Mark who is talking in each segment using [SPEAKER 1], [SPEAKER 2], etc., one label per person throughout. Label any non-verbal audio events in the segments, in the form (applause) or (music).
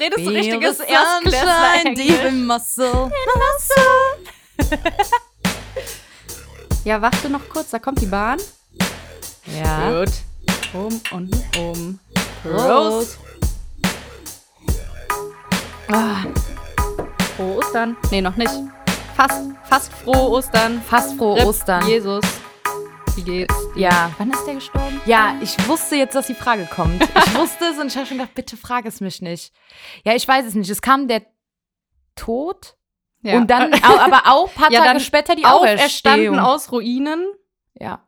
[SPEAKER 1] redest so richtiges Erstklässler-Englisch.
[SPEAKER 2] Muscle. ja, warte noch kurz, da kommt die Bahn. Ja.
[SPEAKER 1] Gut.
[SPEAKER 2] Um und um.
[SPEAKER 1] Prost.
[SPEAKER 2] Ah. Frohe Ostern. Nee, noch nicht. Fast, fast frohe Ostern.
[SPEAKER 1] Fast frohe
[SPEAKER 2] Rip
[SPEAKER 1] Ostern.
[SPEAKER 2] Jesus. Wie geht's? dir?
[SPEAKER 1] Ja.
[SPEAKER 2] Wann ist der gestorben?
[SPEAKER 1] Ja, ich wusste jetzt, dass die Frage kommt. Ich wusste es und ich habe schon gedacht, bitte frag es mich nicht. Ja, ich weiß es nicht. Es kam der Tod
[SPEAKER 2] Ja.
[SPEAKER 1] und dann, au- aber auch ein
[SPEAKER 2] (laughs)
[SPEAKER 1] paar
[SPEAKER 2] Ja,
[SPEAKER 1] Tage
[SPEAKER 2] dann
[SPEAKER 1] später die
[SPEAKER 2] auferstanden
[SPEAKER 1] Auferstehung.
[SPEAKER 2] aus Ruinen.
[SPEAKER 1] ja.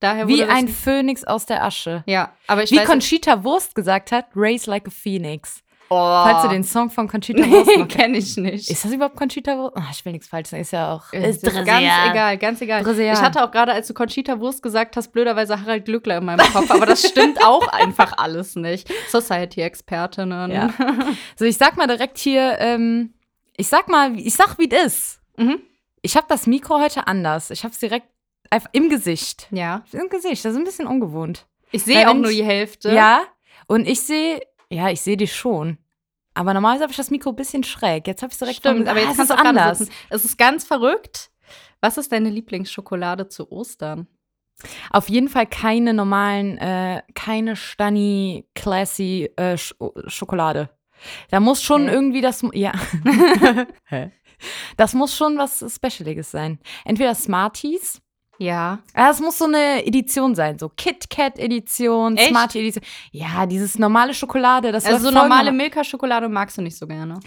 [SPEAKER 2] Daher
[SPEAKER 1] Wie
[SPEAKER 2] wurde das-
[SPEAKER 1] ein Phönix aus der Asche.
[SPEAKER 2] Ja, aber ich
[SPEAKER 1] Wie
[SPEAKER 2] weiß
[SPEAKER 1] Conchita Wurst gesagt hat, raise like a phoenix.
[SPEAKER 2] oh.
[SPEAKER 1] Falls du den Song von Conchita
[SPEAKER 2] (laughs)
[SPEAKER 1] Wurst
[SPEAKER 2] Nee,
[SPEAKER 1] noch
[SPEAKER 2] kenne ich nicht.
[SPEAKER 1] Ist das überhaupt Conchita Wurst? Ah, ich will nichts falsch sagen. Ist ja auch.
[SPEAKER 2] Es Äh, ist ganz egal, ganz egal.
[SPEAKER 1] Dresea.
[SPEAKER 2] Ich hatte auch gerade, als du Conchita Wurst gesagt hast, blöderweise Harald Glückler in meinem Kopf, aber das stimmt (laughs) auch einfach alles nicht. Society-Expertinnen.
[SPEAKER 1] Ja. So, ich sag mal direkt hier, ähm, ich sag mal, ich sag, wie es ist.
[SPEAKER 2] (laughs) Mhm.
[SPEAKER 1] Ich habe das Mikro heute anders. Ich habe es direkt einfach im Gesicht.
[SPEAKER 2] ja.
[SPEAKER 1] Im Gesicht, das ist ein bisschen ungewohnt.
[SPEAKER 2] Ich
[SPEAKER 1] Weil
[SPEAKER 2] sehe auch
[SPEAKER 1] wenn
[SPEAKER 2] nur
[SPEAKER 1] ich-
[SPEAKER 2] die Hälfte.
[SPEAKER 1] Ja, und ich sehe, ja, ich sehe dich schon. Aber normalerweise habe ich das Mikro ein bisschen schräg. Jetzt habe ich es direkt
[SPEAKER 2] Stimmt,
[SPEAKER 1] vom-
[SPEAKER 2] aber
[SPEAKER 1] Ah,
[SPEAKER 2] jetzt
[SPEAKER 1] es
[SPEAKER 2] kannst du
[SPEAKER 1] ist
[SPEAKER 2] auch anders. Sitzen. Es ist ganz verrückt. Was ist deine Lieblingsschokolade zu Ostern?
[SPEAKER 1] Auf jeden Fall keine normalen, äh, keine Stani Classy äh, Sch Schokolade. Da muss schon
[SPEAKER 2] Hä?
[SPEAKER 1] irgendwie das,
[SPEAKER 2] (laughs)
[SPEAKER 1] ja. (laughs) das muss schon was Specialiges sein. Entweder Smarties.
[SPEAKER 2] Ja.
[SPEAKER 1] Ah, Es muss so eine Edition sein, so Kit Kat Edition,
[SPEAKER 2] Echt?
[SPEAKER 1] Smartie Edition. Ja, dieses normale Schokolade, das
[SPEAKER 2] Also so
[SPEAKER 1] läuft voll
[SPEAKER 2] normale
[SPEAKER 1] normal-
[SPEAKER 2] Milka-Schokolade magst du nicht so gerne.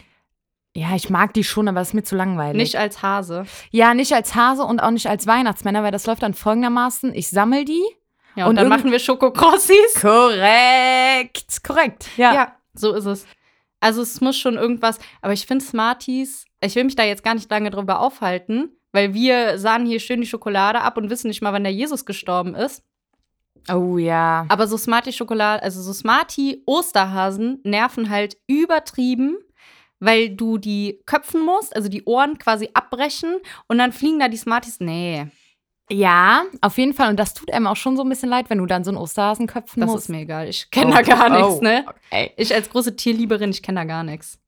[SPEAKER 1] Ja, ich mag die schon, aber das ist mir zu langweilig.
[SPEAKER 2] Nicht als Hase.
[SPEAKER 1] ja, nicht als Hase und auch nicht als Weihnachtsmänner, weil das läuft dann folgendermaßen: Ich sammel die.
[SPEAKER 2] Ja, und,
[SPEAKER 1] Und
[SPEAKER 2] dann
[SPEAKER 1] irgend-
[SPEAKER 2] machen wir Schokokrossis.
[SPEAKER 1] Korrekt, korrekt. Ja.
[SPEAKER 2] Ja. so ist es. Also es muss schon irgendwas, aber ich finde Smarties, ich will mich da jetzt gar nicht lange drüber aufhalten, weil wir sahen hier schön die Schokolade ab und wissen nicht mal, wann der Jesus gestorben ist.
[SPEAKER 1] Oh ja.
[SPEAKER 2] Aber so Smartie-Schokolade, also so Smartie-Osterhasen nerven halt übertrieben, weil du die köpfen musst, also die Ohren quasi abbrechen und dann fliegen da die Smarties. Nee,
[SPEAKER 1] Ja, auf jeden Fall. Und das tut einem auch schon so ein bisschen leid, wenn du dann so einen Osterhasen köpfen
[SPEAKER 2] das
[SPEAKER 1] musst.
[SPEAKER 2] ist mir egal. Ich kenne da gar
[SPEAKER 1] Oh.
[SPEAKER 2] nichts, ne?
[SPEAKER 1] Ey.
[SPEAKER 2] Ich als große Tierlieberin, ich kenne da gar nichts.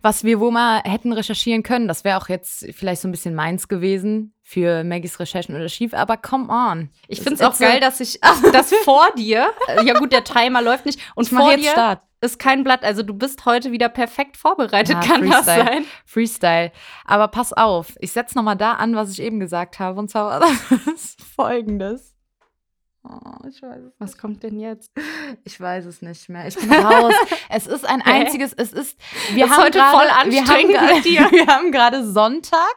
[SPEAKER 1] Was wir wohl mal hätten recherchieren können, das wäre auch jetzt vielleicht so ein bisschen meins gewesen für Maggies Recherchen oder Schief, aber come on.
[SPEAKER 2] Ich
[SPEAKER 1] Das
[SPEAKER 2] finde es
[SPEAKER 1] ist
[SPEAKER 2] auch
[SPEAKER 1] jetzt so-
[SPEAKER 2] geil, dass ich (laughs) das vor dir, äh, ja gut, der Timer läuft nicht, und
[SPEAKER 1] Ich mach
[SPEAKER 2] vor
[SPEAKER 1] jetzt
[SPEAKER 2] dir
[SPEAKER 1] Start.
[SPEAKER 2] ist kein Blatt. Also du bist heute wieder perfekt vorbereitet,
[SPEAKER 1] Ja,
[SPEAKER 2] kann das
[SPEAKER 1] Freestyle.
[SPEAKER 2] sein?
[SPEAKER 1] Freestyle. Aber pass auf, ich setze nochmal da an, was ich eben gesagt habe. Und zwar war das (laughs) folgendes. Oh, ich weiß es
[SPEAKER 2] Was kommt denn jetzt?
[SPEAKER 1] Ich weiß es nicht mehr. Ich
[SPEAKER 2] (laughs)
[SPEAKER 1] bin raus. es ist ein
[SPEAKER 2] Hä?
[SPEAKER 1] einziges, es ist, wir
[SPEAKER 2] Das ist
[SPEAKER 1] haben
[SPEAKER 2] heute
[SPEAKER 1] gerade,
[SPEAKER 2] voll
[SPEAKER 1] wir haben
[SPEAKER 2] anstrengend
[SPEAKER 1] gerade-
[SPEAKER 2] mit dir.
[SPEAKER 1] (laughs) wir haben gerade Sonntag.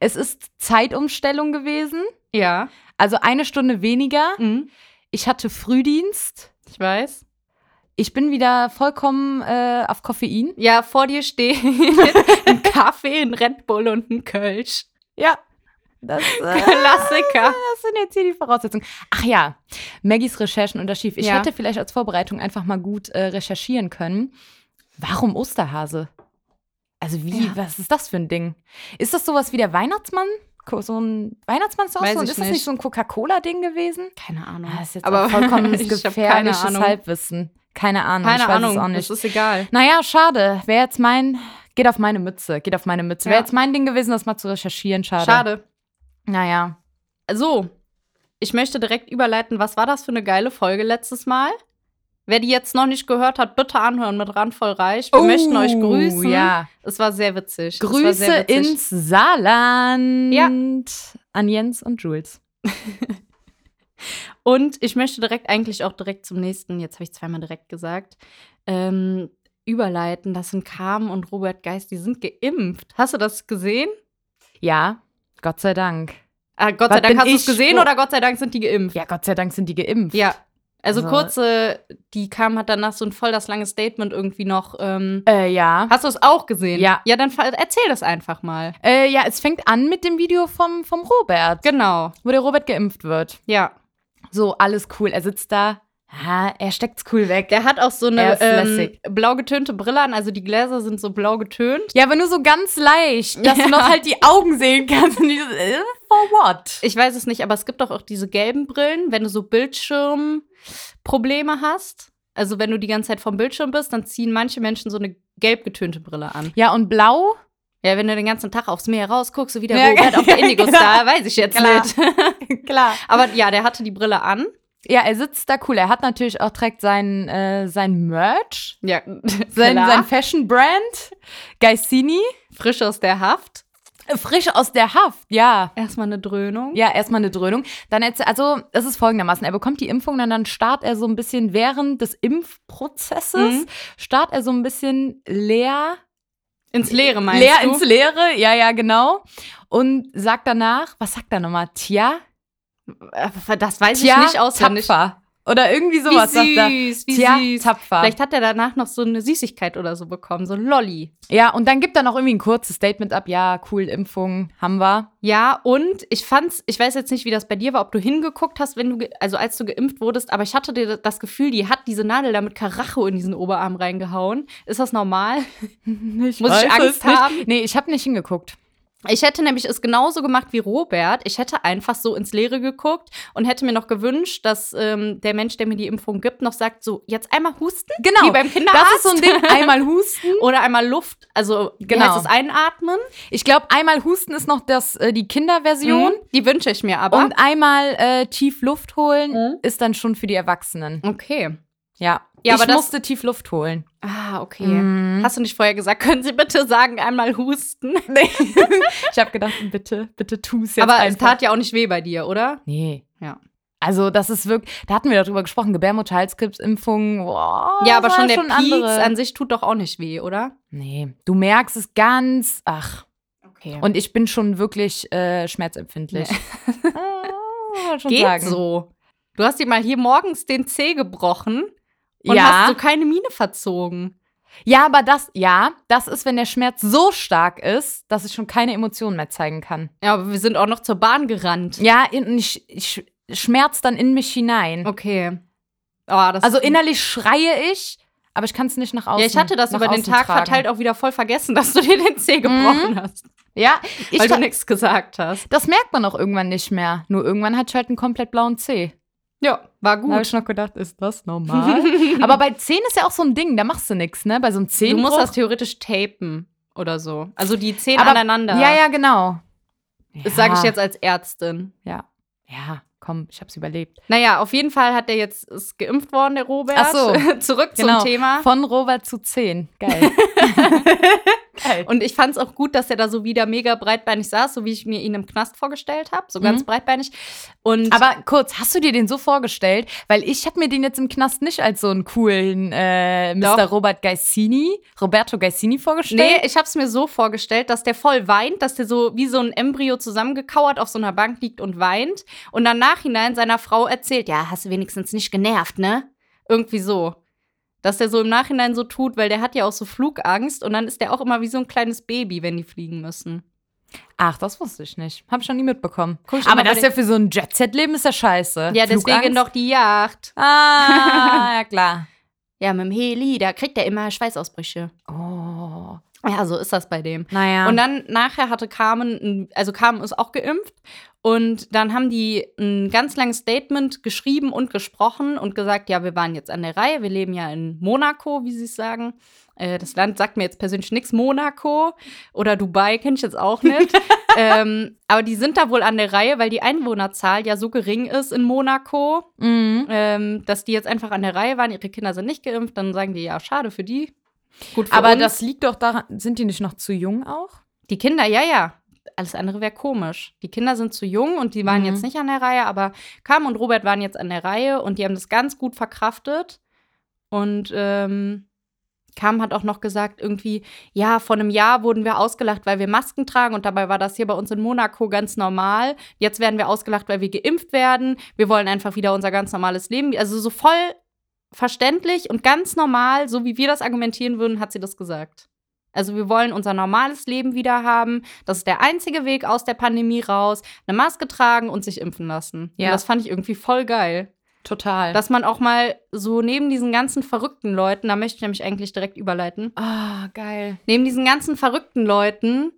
[SPEAKER 1] Es ist Zeitumstellung gewesen.
[SPEAKER 2] Ja,
[SPEAKER 1] Also eine Stunde weniger.
[SPEAKER 2] mhm.
[SPEAKER 1] Ich hatte Frühdienst.
[SPEAKER 2] ich weiß.
[SPEAKER 1] Ich bin wieder vollkommen äh, auf Koffein.
[SPEAKER 2] Ja, vor dir steht (laughs) ein Kaffee, ein Red Bull und ein (laughs) Kölsch.
[SPEAKER 1] Ja. Das,
[SPEAKER 2] (laughs)
[SPEAKER 1] äh,
[SPEAKER 2] Klassiker.
[SPEAKER 1] das sind jetzt hier die Voraussetzungen. Ach ja, Maggies Recherchen und das Schief. Ich
[SPEAKER 2] Ja.
[SPEAKER 1] hätte vielleicht als Vorbereitung einfach mal gut äh, recherchieren können. Warum Osterhase? Also wie,
[SPEAKER 2] Ja.
[SPEAKER 1] was ist das für ein Ding? Ist das sowas wie der Weihnachtsmann? Ko- So ein Weihnachtsmann ist auch
[SPEAKER 2] Weiß
[SPEAKER 1] so, und
[SPEAKER 2] ich
[SPEAKER 1] ist das
[SPEAKER 2] nicht.
[SPEAKER 1] nicht so ein Coca-Cola-Ding gewesen?
[SPEAKER 2] Keine Ahnung.
[SPEAKER 1] Das ist jetzt
[SPEAKER 2] Aber
[SPEAKER 1] aber
[SPEAKER 2] (laughs)
[SPEAKER 1] vollkommenes
[SPEAKER 2] ich hab keine
[SPEAKER 1] gefährliches
[SPEAKER 2] Ahnung.
[SPEAKER 1] Halbwissen. Keine Ahnung,
[SPEAKER 2] Keine
[SPEAKER 1] ich weiß
[SPEAKER 2] Ahnung,
[SPEAKER 1] es auch
[SPEAKER 2] das
[SPEAKER 1] nicht.
[SPEAKER 2] ist egal.
[SPEAKER 1] Naja, schade. Wäre jetzt mein. Geht auf meine Mütze, geht auf meine Mütze.
[SPEAKER 2] Ja.
[SPEAKER 1] Wäre jetzt mein Ding gewesen, das mal zu recherchieren. Schade.
[SPEAKER 2] Schade.
[SPEAKER 1] Naja.
[SPEAKER 2] So, ich möchte direkt überleiten, was war das für eine geile Folge letztes Mal? Wer die jetzt noch nicht gehört hat, bitte anhören mit Randvoll Reich. Wir möchten euch grüßen.
[SPEAKER 1] Oh, Ja.
[SPEAKER 2] Es war sehr witzig. Es war
[SPEAKER 1] Grüße
[SPEAKER 2] sehr witzig.
[SPEAKER 1] ins Saarland.
[SPEAKER 2] Ja.
[SPEAKER 1] An Jens und Jules.
[SPEAKER 2] Und ich möchte direkt, eigentlich auch direkt zum nächsten, jetzt habe ich zweimal direkt gesagt, ähm, überleiten. Das sind Carmen und Robert Geist, die sind geimpft. Hast du das gesehen?
[SPEAKER 1] Ja, Gott sei Dank.
[SPEAKER 2] Ah, Gott
[SPEAKER 1] Was
[SPEAKER 2] sei Dank
[SPEAKER 1] bin
[SPEAKER 2] hast du
[SPEAKER 1] ich?
[SPEAKER 2] es gesehen
[SPEAKER 1] Wo-
[SPEAKER 2] oder Gott sei Dank sind die geimpft?
[SPEAKER 1] Ja, Gott sei Dank sind die geimpft.
[SPEAKER 2] Ja. Also,
[SPEAKER 1] Also-
[SPEAKER 2] kurze, die Carmen hat danach so ein voll das lange Statement irgendwie noch. Ähm,
[SPEAKER 1] Äh, ja.
[SPEAKER 2] Hast du es auch gesehen?
[SPEAKER 1] Ja.
[SPEAKER 2] Ja, dann fa- erzähl das einfach mal.
[SPEAKER 1] Äh, ja, es fängt an mit dem Video vom, vom Robert,
[SPEAKER 2] Genau.
[SPEAKER 1] wo der Robert geimpft wird.
[SPEAKER 2] Ja.
[SPEAKER 1] So, alles cool. Er sitzt da. Ah, er steckt's cool weg.
[SPEAKER 2] Der hat auch so
[SPEAKER 1] Er
[SPEAKER 2] eine
[SPEAKER 1] ist
[SPEAKER 2] ähm,
[SPEAKER 1] lässig.
[SPEAKER 2] blau getönte Brille an, also die Gläser sind so blau getönt.
[SPEAKER 1] Ja, aber nur so ganz leicht, dass
[SPEAKER 2] Ja.
[SPEAKER 1] du noch halt die Augen sehen kannst. Und dieses, äh, for what?
[SPEAKER 2] Ich weiß es nicht, aber es gibt doch auch diese gelben Brillen, wenn du so Bildschirmprobleme hast. Also wenn du die ganze Zeit vom Bildschirm bist, dann ziehen manche Menschen so eine gelb getönte Brille an.
[SPEAKER 1] Ja, und blau?
[SPEAKER 2] Ja, wenn du den ganzen Tag aufs Meer rausguckst, so wie der (laughs)
[SPEAKER 1] Ja,
[SPEAKER 2] Robert auf der Indigo
[SPEAKER 1] genau.
[SPEAKER 2] Star, weiß ich jetzt
[SPEAKER 1] Klar.
[SPEAKER 2] nicht. (laughs)
[SPEAKER 1] Klar.
[SPEAKER 2] Aber ja, der hatte die Brille an.
[SPEAKER 1] Ja, er sitzt da cool. Er hat natürlich auch direkt sein, äh, sein Merch,
[SPEAKER 2] Ja,
[SPEAKER 1] sein,
[SPEAKER 2] klar.
[SPEAKER 1] sein Fashion-Brand, Gaisini.
[SPEAKER 2] frisch aus der Haft.
[SPEAKER 1] Äh, Frisch aus der Haft, ja.
[SPEAKER 2] Erstmal eine Dröhnung.
[SPEAKER 1] Ja, erstmal eine Dröhnung. Dann jetzt, also es ist folgendermaßen, er bekommt die Impfung, dann, dann starrt er so ein bisschen während des Impfprozesses,
[SPEAKER 2] Mhm.
[SPEAKER 1] starrt er so ein bisschen leer,
[SPEAKER 2] Ins Leere meinst
[SPEAKER 1] leer
[SPEAKER 2] du?
[SPEAKER 1] ins Leere, ja, ja, genau. Und sagt danach, was sagt er nochmal? Tja,
[SPEAKER 2] Äh, Das weiß
[SPEAKER 1] tja,
[SPEAKER 2] ich nicht auswendig.
[SPEAKER 1] tapfer. Oder irgendwie
[SPEAKER 2] Wie
[SPEAKER 1] sowas sagt er.
[SPEAKER 2] süß, wie
[SPEAKER 1] Tja,
[SPEAKER 2] süß.
[SPEAKER 1] tapfer.
[SPEAKER 2] Vielleicht hat er danach noch so eine Süßigkeit oder so bekommen, so ein Lolli.
[SPEAKER 1] Ja, und dann gibt er noch irgendwie ein kurzes Statement ab, ja, cool, Impfung, haben wir.
[SPEAKER 2] Ja, und ich fand's, ich weiß jetzt nicht, wie das bei dir war, ob du hingeguckt hast, wenn du, ge- also als du geimpft wurdest, aber ich hatte dir das Gefühl, die hat diese Nadel da mit Karacho in diesen Oberarm reingehauen. Ist das normal? Muss ich
[SPEAKER 1] Ich weiß
[SPEAKER 2] Angst
[SPEAKER 1] es nicht.
[SPEAKER 2] haben?
[SPEAKER 1] Nee, ich habe nicht hingeguckt.
[SPEAKER 2] Ich hätte nämlich es genauso gemacht wie Robert. Ich hätte einfach so ins Leere geguckt und hätte mir noch gewünscht, dass ähm, der Mensch, der mir die Impfung gibt, noch sagt, so, jetzt einmal husten,
[SPEAKER 1] Genau.
[SPEAKER 2] wie beim Kinderarzt.
[SPEAKER 1] Das ist so
[SPEAKER 2] (laughs)
[SPEAKER 1] ein Ding, einmal husten.
[SPEAKER 2] Oder einmal Luft, also wie
[SPEAKER 1] Genau.
[SPEAKER 2] heißt es, einatmen.
[SPEAKER 1] Ich glaube, einmal husten ist noch das, äh, die Kinderversion.
[SPEAKER 2] Mhm. Die wünsche ich mir aber.
[SPEAKER 1] Und einmal äh, tief Luft holen
[SPEAKER 2] Mhm.
[SPEAKER 1] ist dann schon für die Erwachsenen.
[SPEAKER 2] okay.
[SPEAKER 1] Ja.
[SPEAKER 2] Ja,
[SPEAKER 1] ich
[SPEAKER 2] aber das-
[SPEAKER 1] musste tief Luft holen.
[SPEAKER 2] Ah, okay.
[SPEAKER 1] Mhm.
[SPEAKER 2] Hast du nicht vorher gesagt, (laughs) können Sie bitte sagen, einmal
[SPEAKER 1] (laughs)
[SPEAKER 2] husten?
[SPEAKER 1] Ich habe gedacht, bitte, bitte tu's jetzt
[SPEAKER 2] aber es
[SPEAKER 1] einfach.
[SPEAKER 2] tat ja auch nicht weh bei dir, oder?
[SPEAKER 1] nee.
[SPEAKER 2] Ja.
[SPEAKER 1] Also das ist wirklich, da hatten wir darüber gesprochen, Gebärmutterhalskrebsimpfung. Boah,
[SPEAKER 2] ja, aber
[SPEAKER 1] Oh, das war
[SPEAKER 2] schon der Pieks
[SPEAKER 1] andere.
[SPEAKER 2] an sich tut doch auch nicht weh, oder?
[SPEAKER 1] Nee, du merkst es ganz, ach.
[SPEAKER 2] Okay. Und
[SPEAKER 1] Und ich bin schon wirklich äh, schmerzempfindlich. (laughs) Ah, schon
[SPEAKER 2] geht
[SPEAKER 1] sagen.
[SPEAKER 2] so. Du hast dir mal hier morgens den Zeh gebrochen und
[SPEAKER 1] ja.
[SPEAKER 2] hast so keine Miene verzogen.
[SPEAKER 1] Ja, aber das, ja, das ist, wenn der Schmerz so stark ist, dass ich schon keine Emotionen mehr zeigen kann.
[SPEAKER 2] Ja, aber wir sind auch noch zur Bahn gerannt.
[SPEAKER 1] Ja, in- ich, ich schmerz dann in mich hinein.
[SPEAKER 2] Okay. Oh, das
[SPEAKER 1] Also innerlich schreie ich, aber ich kann es nicht nach außen.
[SPEAKER 2] ja, ich hatte das
[SPEAKER 1] nach
[SPEAKER 2] über den
[SPEAKER 1] außen
[SPEAKER 2] Tag
[SPEAKER 1] tragen. Mhm.
[SPEAKER 2] verteilt auch wieder voll vergessen, (laughs) dass du dir den Zeh gebrochen hast,
[SPEAKER 1] Ja, ich
[SPEAKER 2] weil du
[SPEAKER 1] ta-
[SPEAKER 2] nichts gesagt hast.
[SPEAKER 1] das merkt man auch irgendwann nicht mehr. Nur irgendwann hat ich halt einen komplett blauen Zeh.
[SPEAKER 2] Ja, war
[SPEAKER 1] Da habe
[SPEAKER 2] gut.
[SPEAKER 1] ich noch gedacht, ist das normal?
[SPEAKER 2] (laughs)
[SPEAKER 1] aber bei Zehen ist ja auch so ein Ding, da machst du nichts, ne? Bei so einem
[SPEAKER 2] Du
[SPEAKER 1] Zehenbruch.
[SPEAKER 2] musst das theoretisch tapen oder so. Also die Zehen
[SPEAKER 1] Aber-
[SPEAKER 2] aneinander.
[SPEAKER 1] Ja, ja, genau.
[SPEAKER 2] Das sage ich
[SPEAKER 1] Ja,
[SPEAKER 2] jetzt als Ärztin.
[SPEAKER 1] Ja. Ja, komm, ich hab's überlebt.
[SPEAKER 2] Naja, auf jeden Fall hat er jetzt ist geimpft worden, der Robert.
[SPEAKER 1] Ach so.
[SPEAKER 2] (laughs) Zurück
[SPEAKER 1] Genau.
[SPEAKER 2] zum Thema.
[SPEAKER 1] Von Robert zu 10.
[SPEAKER 2] (laughs)
[SPEAKER 1] Geil. Geil.
[SPEAKER 2] Und ich fand es auch gut, dass er da so wieder mega breitbeinig saß, so wie ich mir ihn im Knast vorgestellt habe. So ganz
[SPEAKER 1] Mhm.
[SPEAKER 2] breitbeinig. Und
[SPEAKER 1] Aber kurz, hast du dir den so vorgestellt? Weil ich habe mir den jetzt im Knast nicht als so einen coolen äh, Mr.
[SPEAKER 2] Doch.
[SPEAKER 1] Robert Gaisini, Roberto Gaisini vorgestellt.
[SPEAKER 2] Nee, ich habe es mir so vorgestellt, dass der voll weint, dass der so wie so ein Embryo zusammengekauert auf so einer Bank liegt und weint und dann nachhinein seiner Frau erzählt, ja, hast du wenigstens nicht genervt, ne? Irgendwie so. Dass der so im Nachhinein so tut, weil der hat ja auch so Flugangst und dann ist der auch immer wie so ein kleines Baby, wenn die fliegen müssen.
[SPEAKER 1] Ach, das wusste ich nicht. Habe ich noch nie mitbekommen.
[SPEAKER 2] Guck ich
[SPEAKER 1] Aber
[SPEAKER 2] immer bei
[SPEAKER 1] das ist ja für so ein Jet-Set-Leben ist ja scheiße.
[SPEAKER 2] Ja, deswegen
[SPEAKER 1] Flugangst?
[SPEAKER 2] doch die Yacht. (laughs)
[SPEAKER 1] Ah, ja klar.
[SPEAKER 2] Ja, mit dem Heli, da kriegt er immer Schweißausbrüche.
[SPEAKER 1] Oh,
[SPEAKER 2] Ja, so ist das bei dem.
[SPEAKER 1] naja.
[SPEAKER 2] Und dann nachher hatte Carmen, ein- also Carmen ist auch geimpft. Und dann haben die ein ganz langes Statement geschrieben und gesprochen und gesagt, ja, wir waren jetzt an der Reihe, wir leben ja in Monaco, wie sie es sagen. Äh, das Land sagt mir jetzt persönlich nichts, Monaco oder Dubai kenne ich jetzt auch
[SPEAKER 1] (laughs)
[SPEAKER 2] nicht. ähm, aber die sind da wohl an der Reihe, weil die Einwohnerzahl ja so gering ist in Monaco,
[SPEAKER 1] mhm.
[SPEAKER 2] ähm, dass die jetzt einfach an der Reihe waren, ihre Kinder sind nicht geimpft, dann sagen die, ja, schade für die. Gut für
[SPEAKER 1] Aber
[SPEAKER 2] uns.
[SPEAKER 1] das liegt doch daran, sind die nicht noch zu jung auch?
[SPEAKER 2] Die Kinder, ja, ja. Alles andere wäre komisch. Die Kinder sind zu jung und die waren
[SPEAKER 1] Mhm.
[SPEAKER 2] jetzt nicht an der Reihe, aber Cam und Robert waren jetzt an der Reihe und die haben das ganz gut verkraftet. Und ähm, Cam hat auch noch gesagt, irgendwie, ja, vor einem Jahr wurden wir ausgelacht, weil wir Masken tragen und dabei war das hier bei uns in Monaco ganz normal. Jetzt werden wir ausgelacht, weil wir geimpft werden. Wir wollen einfach wieder unser ganz normales Leben. Also so voll verständlich und ganz normal, so wie wir das argumentieren würden, hat sie das gesagt. Also wir wollen unser normales Leben wieder haben. Das ist der einzige Weg aus der Pandemie raus. Eine Maske tragen und sich impfen lassen.
[SPEAKER 1] Ja.
[SPEAKER 2] Und das fand ich irgendwie voll geil.
[SPEAKER 1] Total.
[SPEAKER 2] Dass man auch mal so neben diesen ganzen verrückten Leuten, da möchte ich nämlich eigentlich direkt überleiten,
[SPEAKER 1] Ah, geil.
[SPEAKER 2] neben diesen ganzen verrückten Leuten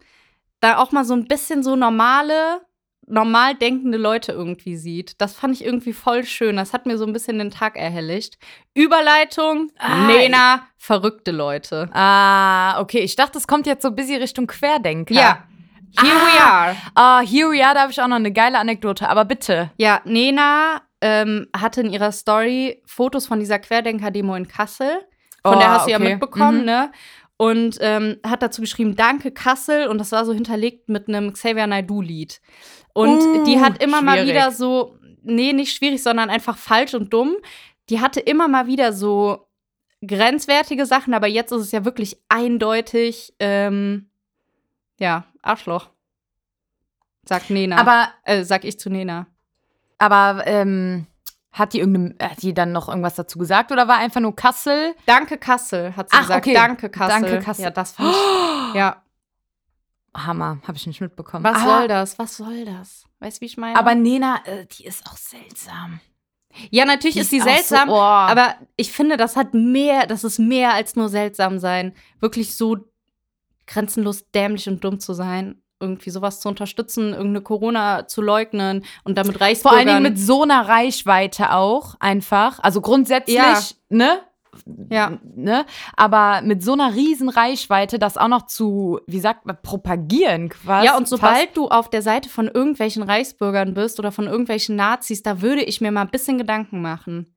[SPEAKER 2] da auch mal so ein bisschen so normale normal denkende Leute irgendwie sieht. Das fand ich irgendwie voll schön. Das hat mir so ein bisschen den Tag erhelligt. Überleitung,
[SPEAKER 1] Ah,
[SPEAKER 2] Lena, verrückte Leute.
[SPEAKER 1] Ah, okay. Ich dachte, es kommt jetzt so busy Richtung Querdenker.
[SPEAKER 2] Ja. Here we
[SPEAKER 1] Ah.
[SPEAKER 2] are.
[SPEAKER 1] Ah, here we are, da habe ich auch noch eine geile Anekdote. Aber bitte.
[SPEAKER 2] Ja, Nena ähm, hatte in ihrer Story Fotos von dieser Querdenker-Demo in Kassel. Von
[SPEAKER 1] Oh,
[SPEAKER 2] der hast du ja
[SPEAKER 1] okay.
[SPEAKER 2] mitbekommen,
[SPEAKER 1] Mhm.
[SPEAKER 2] ne? Und ähm, hat dazu geschrieben, danke Kassel. Und das war so hinterlegt mit einem Xavier Naidoo-Lied. Und
[SPEAKER 1] Uh,
[SPEAKER 2] die hat immer mal
[SPEAKER 1] schwierig.
[SPEAKER 2] wieder so, nee, nicht schwierig, sondern einfach falsch und dumm. Die hatte immer mal wieder so grenzwertige Sachen, aber jetzt ist es ja wirklich eindeutig, ähm, ja, Arschloch. Sagt Nena.
[SPEAKER 1] Aber,
[SPEAKER 2] äh, sag ich zu Nena.
[SPEAKER 1] aber ähm, hat, die irgendeine, hat die dann noch irgendwas dazu gesagt oder war einfach nur Kassel?
[SPEAKER 2] (gasps) Danke Kassel, hat sie
[SPEAKER 1] Ach,
[SPEAKER 2] gesagt.
[SPEAKER 1] okay.
[SPEAKER 2] Danke Kassel.
[SPEAKER 1] Danke, Kassel.
[SPEAKER 2] Ja, das fand ich.
[SPEAKER 1] (gasps)
[SPEAKER 2] Ja.
[SPEAKER 1] Hammer, habe ich nicht mitbekommen.
[SPEAKER 2] Was
[SPEAKER 1] aber,
[SPEAKER 2] soll das? Was soll das? Weißt du, wie ich meine?
[SPEAKER 1] aber Nena, äh, die ist auch seltsam.
[SPEAKER 2] ja, natürlich ist sie
[SPEAKER 1] auch
[SPEAKER 2] seltsam,
[SPEAKER 1] So, oh. aber
[SPEAKER 2] aber ich finde, das hat mehr, das ist mehr als nur seltsam sein. Wirklich so grenzenlos dämlich und dumm zu sein, irgendwie sowas zu unterstützen, irgendeine Corona zu leugnen und damit
[SPEAKER 1] vor
[SPEAKER 2] Reichsbürgern.
[SPEAKER 1] allen Dingen mit so einer Reichweite auch einfach. Also grundsätzlich,
[SPEAKER 2] Ja.
[SPEAKER 1] ne?
[SPEAKER 2] Ja.
[SPEAKER 1] Ne? Aber mit so einer riesen Reichweite, das auch noch zu, wie sagt man, propagieren quasi.
[SPEAKER 2] ja, und
[SPEAKER 1] fast.
[SPEAKER 2] sobald du auf der Seite von irgendwelchen Reichsbürgern bist oder von irgendwelchen Nazis, da würde ich mir mal ein bisschen Gedanken machen.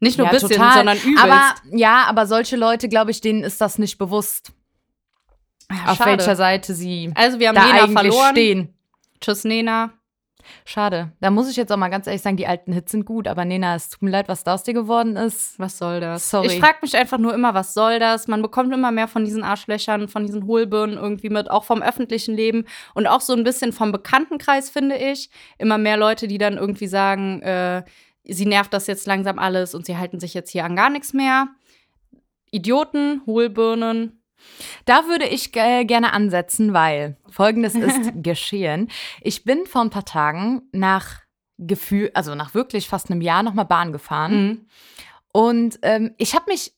[SPEAKER 2] Nicht nur ein
[SPEAKER 1] Ja,
[SPEAKER 2] bisschen,
[SPEAKER 1] total.
[SPEAKER 2] sondern übelst.
[SPEAKER 1] Aber ja, aber solche Leute, glaube ich, denen ist das nicht bewusst,
[SPEAKER 2] Ja,
[SPEAKER 1] auf
[SPEAKER 2] Ah, schade.
[SPEAKER 1] welcher Seite sie
[SPEAKER 2] Also wir haben
[SPEAKER 1] da
[SPEAKER 2] Nena
[SPEAKER 1] eigentlich
[SPEAKER 2] verloren.
[SPEAKER 1] stehen.
[SPEAKER 2] Tschüss, Nena.
[SPEAKER 1] Schade. Da muss ich jetzt auch mal ganz ehrlich sagen, die alten Hits sind gut, aber Nena, es tut mir leid, was da aus dir geworden ist.
[SPEAKER 2] Was soll das?
[SPEAKER 1] Sorry.
[SPEAKER 2] Ich frage mich einfach nur immer, was soll das? Man bekommt immer mehr von diesen Arschlöchern, von diesen Hohlbirnen irgendwie mit, auch vom öffentlichen Leben und auch so ein bisschen vom Bekanntenkreis, finde ich. Immer mehr Leute, die dann irgendwie sagen, äh, sie nervt das jetzt langsam alles und sie halten sich jetzt hier an gar nichts mehr. Idioten, Hohlbirnen.
[SPEAKER 1] Da würde ich äh, gerne ansetzen, weil
[SPEAKER 2] (laughs)
[SPEAKER 1] folgendes ist geschehen. Ich bin vor ein paar Tagen nach Gefühl, also nach wirklich fast einem Jahr nochmal Bahn gefahren.
[SPEAKER 2] Mhm.
[SPEAKER 1] Und ähm, ich habe mich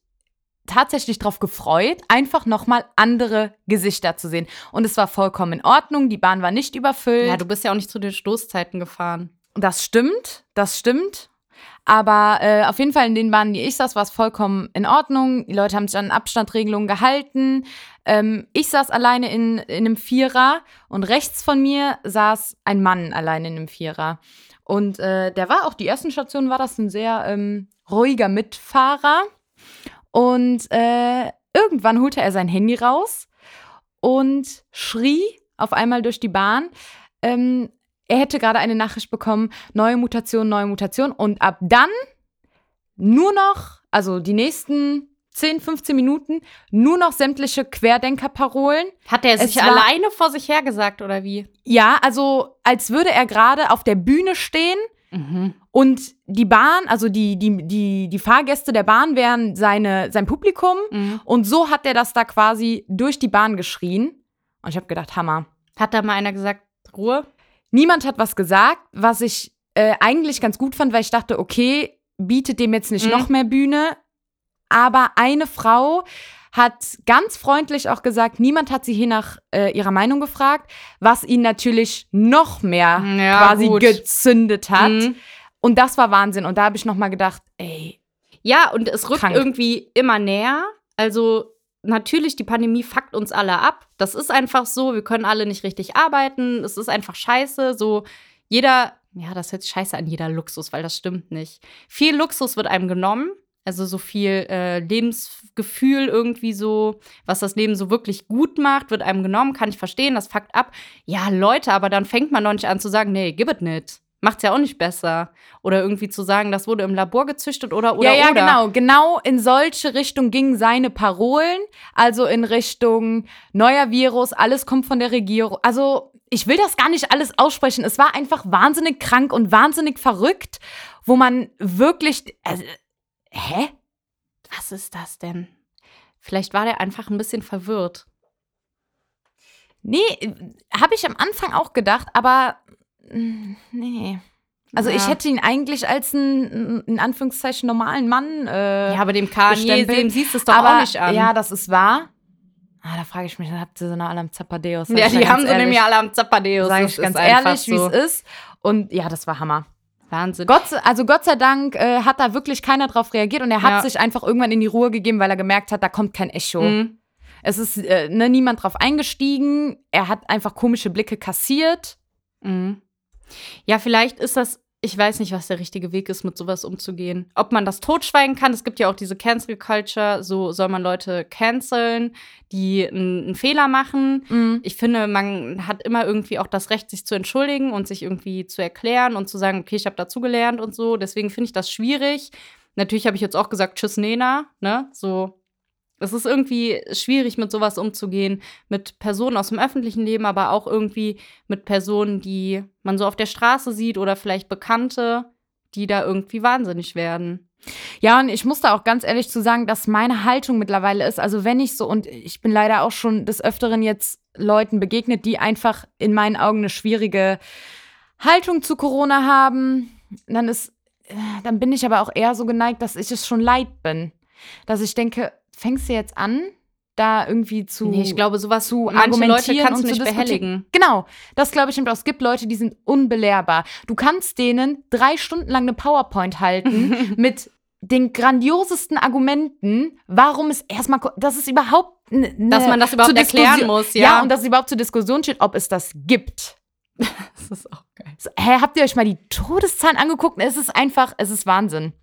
[SPEAKER 1] tatsächlich darauf gefreut, einfach nochmal andere Gesichter zu sehen. Und es war vollkommen in Ordnung, die Bahn war nicht überfüllt.
[SPEAKER 2] Ja, du bist ja auch nicht zu den Stoßzeiten gefahren.
[SPEAKER 1] Das stimmt, das stimmt. Aber äh, auf jeden Fall in den Bahnen, die ich saß, war es vollkommen in Ordnung. Die Leute haben sich an Abstandregelungen gehalten. Ähm, ich saß alleine in, in einem Vierer und rechts von mir saß ein Mann alleine in einem Vierer. Und äh, der war auch, die ersten Stationen war das ein sehr ähm, ruhiger Mitfahrer. Und äh, irgendwann holte er sein Handy raus und schrie auf einmal durch die Bahn, ähm, er hätte gerade eine Nachricht bekommen, neue Mutation, neue Mutation. Und ab dann nur noch, also die nächsten 10, 15 Minuten, nur noch sämtliche Querdenker-Parolen.
[SPEAKER 2] Hat der
[SPEAKER 1] Es
[SPEAKER 2] sich
[SPEAKER 1] war-
[SPEAKER 2] alleine vor sich hergesagt oder wie?
[SPEAKER 1] Ja, also als würde er gerade auf der Bühne stehen
[SPEAKER 2] Mhm.
[SPEAKER 1] und die Bahn, also die, die, die, die Fahrgäste der Bahn wären seine, sein Publikum.
[SPEAKER 2] Mhm.
[SPEAKER 1] Und so hat er das da quasi durch die Bahn geschrien. Und ich habe gedacht, Hammer.
[SPEAKER 2] Hat da mal einer gesagt, Ruhe?
[SPEAKER 1] Niemand hat was gesagt, was ich äh, eigentlich ganz gut fand, weil ich dachte, okay, bietet dem jetzt nicht
[SPEAKER 2] Mhm.
[SPEAKER 1] noch mehr Bühne. Aber eine Frau hat ganz freundlich auch gesagt, niemand hat sie hier nach äh, ihrer Meinung gefragt, was ihn natürlich noch mehr
[SPEAKER 2] Mhm. Mm, Ja,
[SPEAKER 1] quasi
[SPEAKER 2] gut.
[SPEAKER 1] gezündet hat.
[SPEAKER 2] Mhm.
[SPEAKER 1] Und das war Wahnsinn. Und da habe ich nochmal gedacht, ey,
[SPEAKER 2] Ja, und es rückt
[SPEAKER 1] Krank.
[SPEAKER 2] irgendwie immer näher. Also natürlich, die Pandemie fuckt uns alle ab. Das ist einfach so. Wir können alle nicht richtig arbeiten. Es ist einfach scheiße. So jeder, ja, das hört sich scheiße an, jeder Luxus, weil das stimmt nicht. Viel Luxus wird einem genommen. Also so viel äh, Lebensgefühl irgendwie so, was das Leben so wirklich gut macht, wird einem genommen, kann ich verstehen, das fuckt ab. Ja, Leute, aber dann fängt man doch nicht an zu sagen, nee, gib it nicht. Macht's ja auch nicht besser. Oder irgendwie zu sagen, das wurde im Labor gezüchtet oder oder
[SPEAKER 1] ja, ja,
[SPEAKER 2] oder.
[SPEAKER 1] genau. Genau in solche Richtung gingen seine Parolen. Also in Richtung neuer Virus, alles kommt von der Regierung. Also ich will das gar nicht alles aussprechen. Es war einfach wahnsinnig krank und wahnsinnig verrückt, wo man wirklich. Also, hä?
[SPEAKER 2] Was ist das
[SPEAKER 1] genau.
[SPEAKER 2] denn? Vielleicht war der einfach ein bisschen verwirrt.
[SPEAKER 1] Nee, habe ich am Anfang auch gedacht, aber mm, nee. Also
[SPEAKER 2] Ja.
[SPEAKER 1] ich hätte ihn eigentlich als einen, in Anführungszeichen, normalen Mann äh,
[SPEAKER 2] Ja, aber dem Kanye,
[SPEAKER 1] Gestempelt.
[SPEAKER 2] dem siehst du es doch
[SPEAKER 1] aber,
[SPEAKER 2] auch nicht an.
[SPEAKER 1] Ja, das ist wahr. Ah, da frage ich mich, dann habt ihr so eine Alarm Zapadeus. sag
[SPEAKER 2] Ja,
[SPEAKER 1] ich mal
[SPEAKER 2] die
[SPEAKER 1] ganz
[SPEAKER 2] haben so
[SPEAKER 1] ehrlich.
[SPEAKER 2] nämlich alle am Zappadeus.
[SPEAKER 1] Sag
[SPEAKER 2] das
[SPEAKER 1] ich
[SPEAKER 2] ist
[SPEAKER 1] ganz
[SPEAKER 2] einfach
[SPEAKER 1] ehrlich, wie
[SPEAKER 2] so.
[SPEAKER 1] es ist. Und ja, das war Hammer.
[SPEAKER 2] Wahnsinn.
[SPEAKER 1] Gott, sei- also Gott sei Dank äh, hat da wirklich keiner drauf reagiert und er hat
[SPEAKER 2] Ja.
[SPEAKER 1] sich einfach irgendwann in die Ruhe gegeben, weil er gemerkt hat, da kommt kein Echo.
[SPEAKER 2] Mhm.
[SPEAKER 1] Es ist äh, ne, niemand drauf eingestiegen. Er hat einfach komische Blicke kassiert.
[SPEAKER 2] Mhm. Ja, vielleicht ist das, ich weiß nicht, was der richtige Weg ist, mit sowas umzugehen. Ob man das totschweigen kann, es gibt ja auch diese Cancel Culture, so soll man Leute canceln, die einen einen Fehler machen.
[SPEAKER 1] Mhm.
[SPEAKER 2] Ich finde, man hat immer irgendwie auch das Recht, sich zu entschuldigen und sich irgendwie zu erklären und zu sagen, okay, ich habe dazugelernt und so. Deswegen finde ich das schwierig. Natürlich habe ich jetzt auch gesagt, tschüss, Nena, ne? So. Es ist irgendwie schwierig, mit sowas umzugehen, mit Personen aus dem öffentlichen Leben, aber auch irgendwie mit Personen, die man so auf der Straße sieht oder vielleicht Bekannte, die da irgendwie wahnsinnig werden.
[SPEAKER 1] Ja, und ich muss da auch ganz ehrlich zu sagen, dass meine Haltung mittlerweile ist, also wenn ich so, und ich bin leider auch schon des Öfteren jetzt Leuten begegnet, die einfach in meinen Augen eine schwierige Haltung zu Corona haben, dann ist, äh, dann bin ich aber auch eher so geneigt, dass ich es schon leid bin. Dass ich denke, fängst du jetzt an, da irgendwie zu.
[SPEAKER 2] Nee, ich glaube, sowas
[SPEAKER 1] zu
[SPEAKER 2] manche Leute
[SPEAKER 1] argumentieren
[SPEAKER 2] kannst
[SPEAKER 1] und
[SPEAKER 2] du
[SPEAKER 1] zu
[SPEAKER 2] nicht
[SPEAKER 1] diskutieren.
[SPEAKER 2] behelligen.
[SPEAKER 1] Genau, das glaube ich stimmt auch. Es gibt Leute, die sind unbelehrbar. Du kannst denen drei Stunden lang eine
[SPEAKER 2] (laughs)
[SPEAKER 1] PowerPoint halten mit den grandiosesten Argumenten, warum es erstmal, ko- dass es überhaupt, ne,
[SPEAKER 2] Dass man das überhaupt
[SPEAKER 1] zur
[SPEAKER 2] erklären
[SPEAKER 1] Diskussion-
[SPEAKER 2] muss, ja.
[SPEAKER 1] ja. und dass es überhaupt zur Diskussion steht, ob es das gibt.
[SPEAKER 2] das ist auch geil.
[SPEAKER 1] So, hä, habt ihr euch mal die Todeszahlen angeguckt? Es ist einfach, es ist Wahnsinn.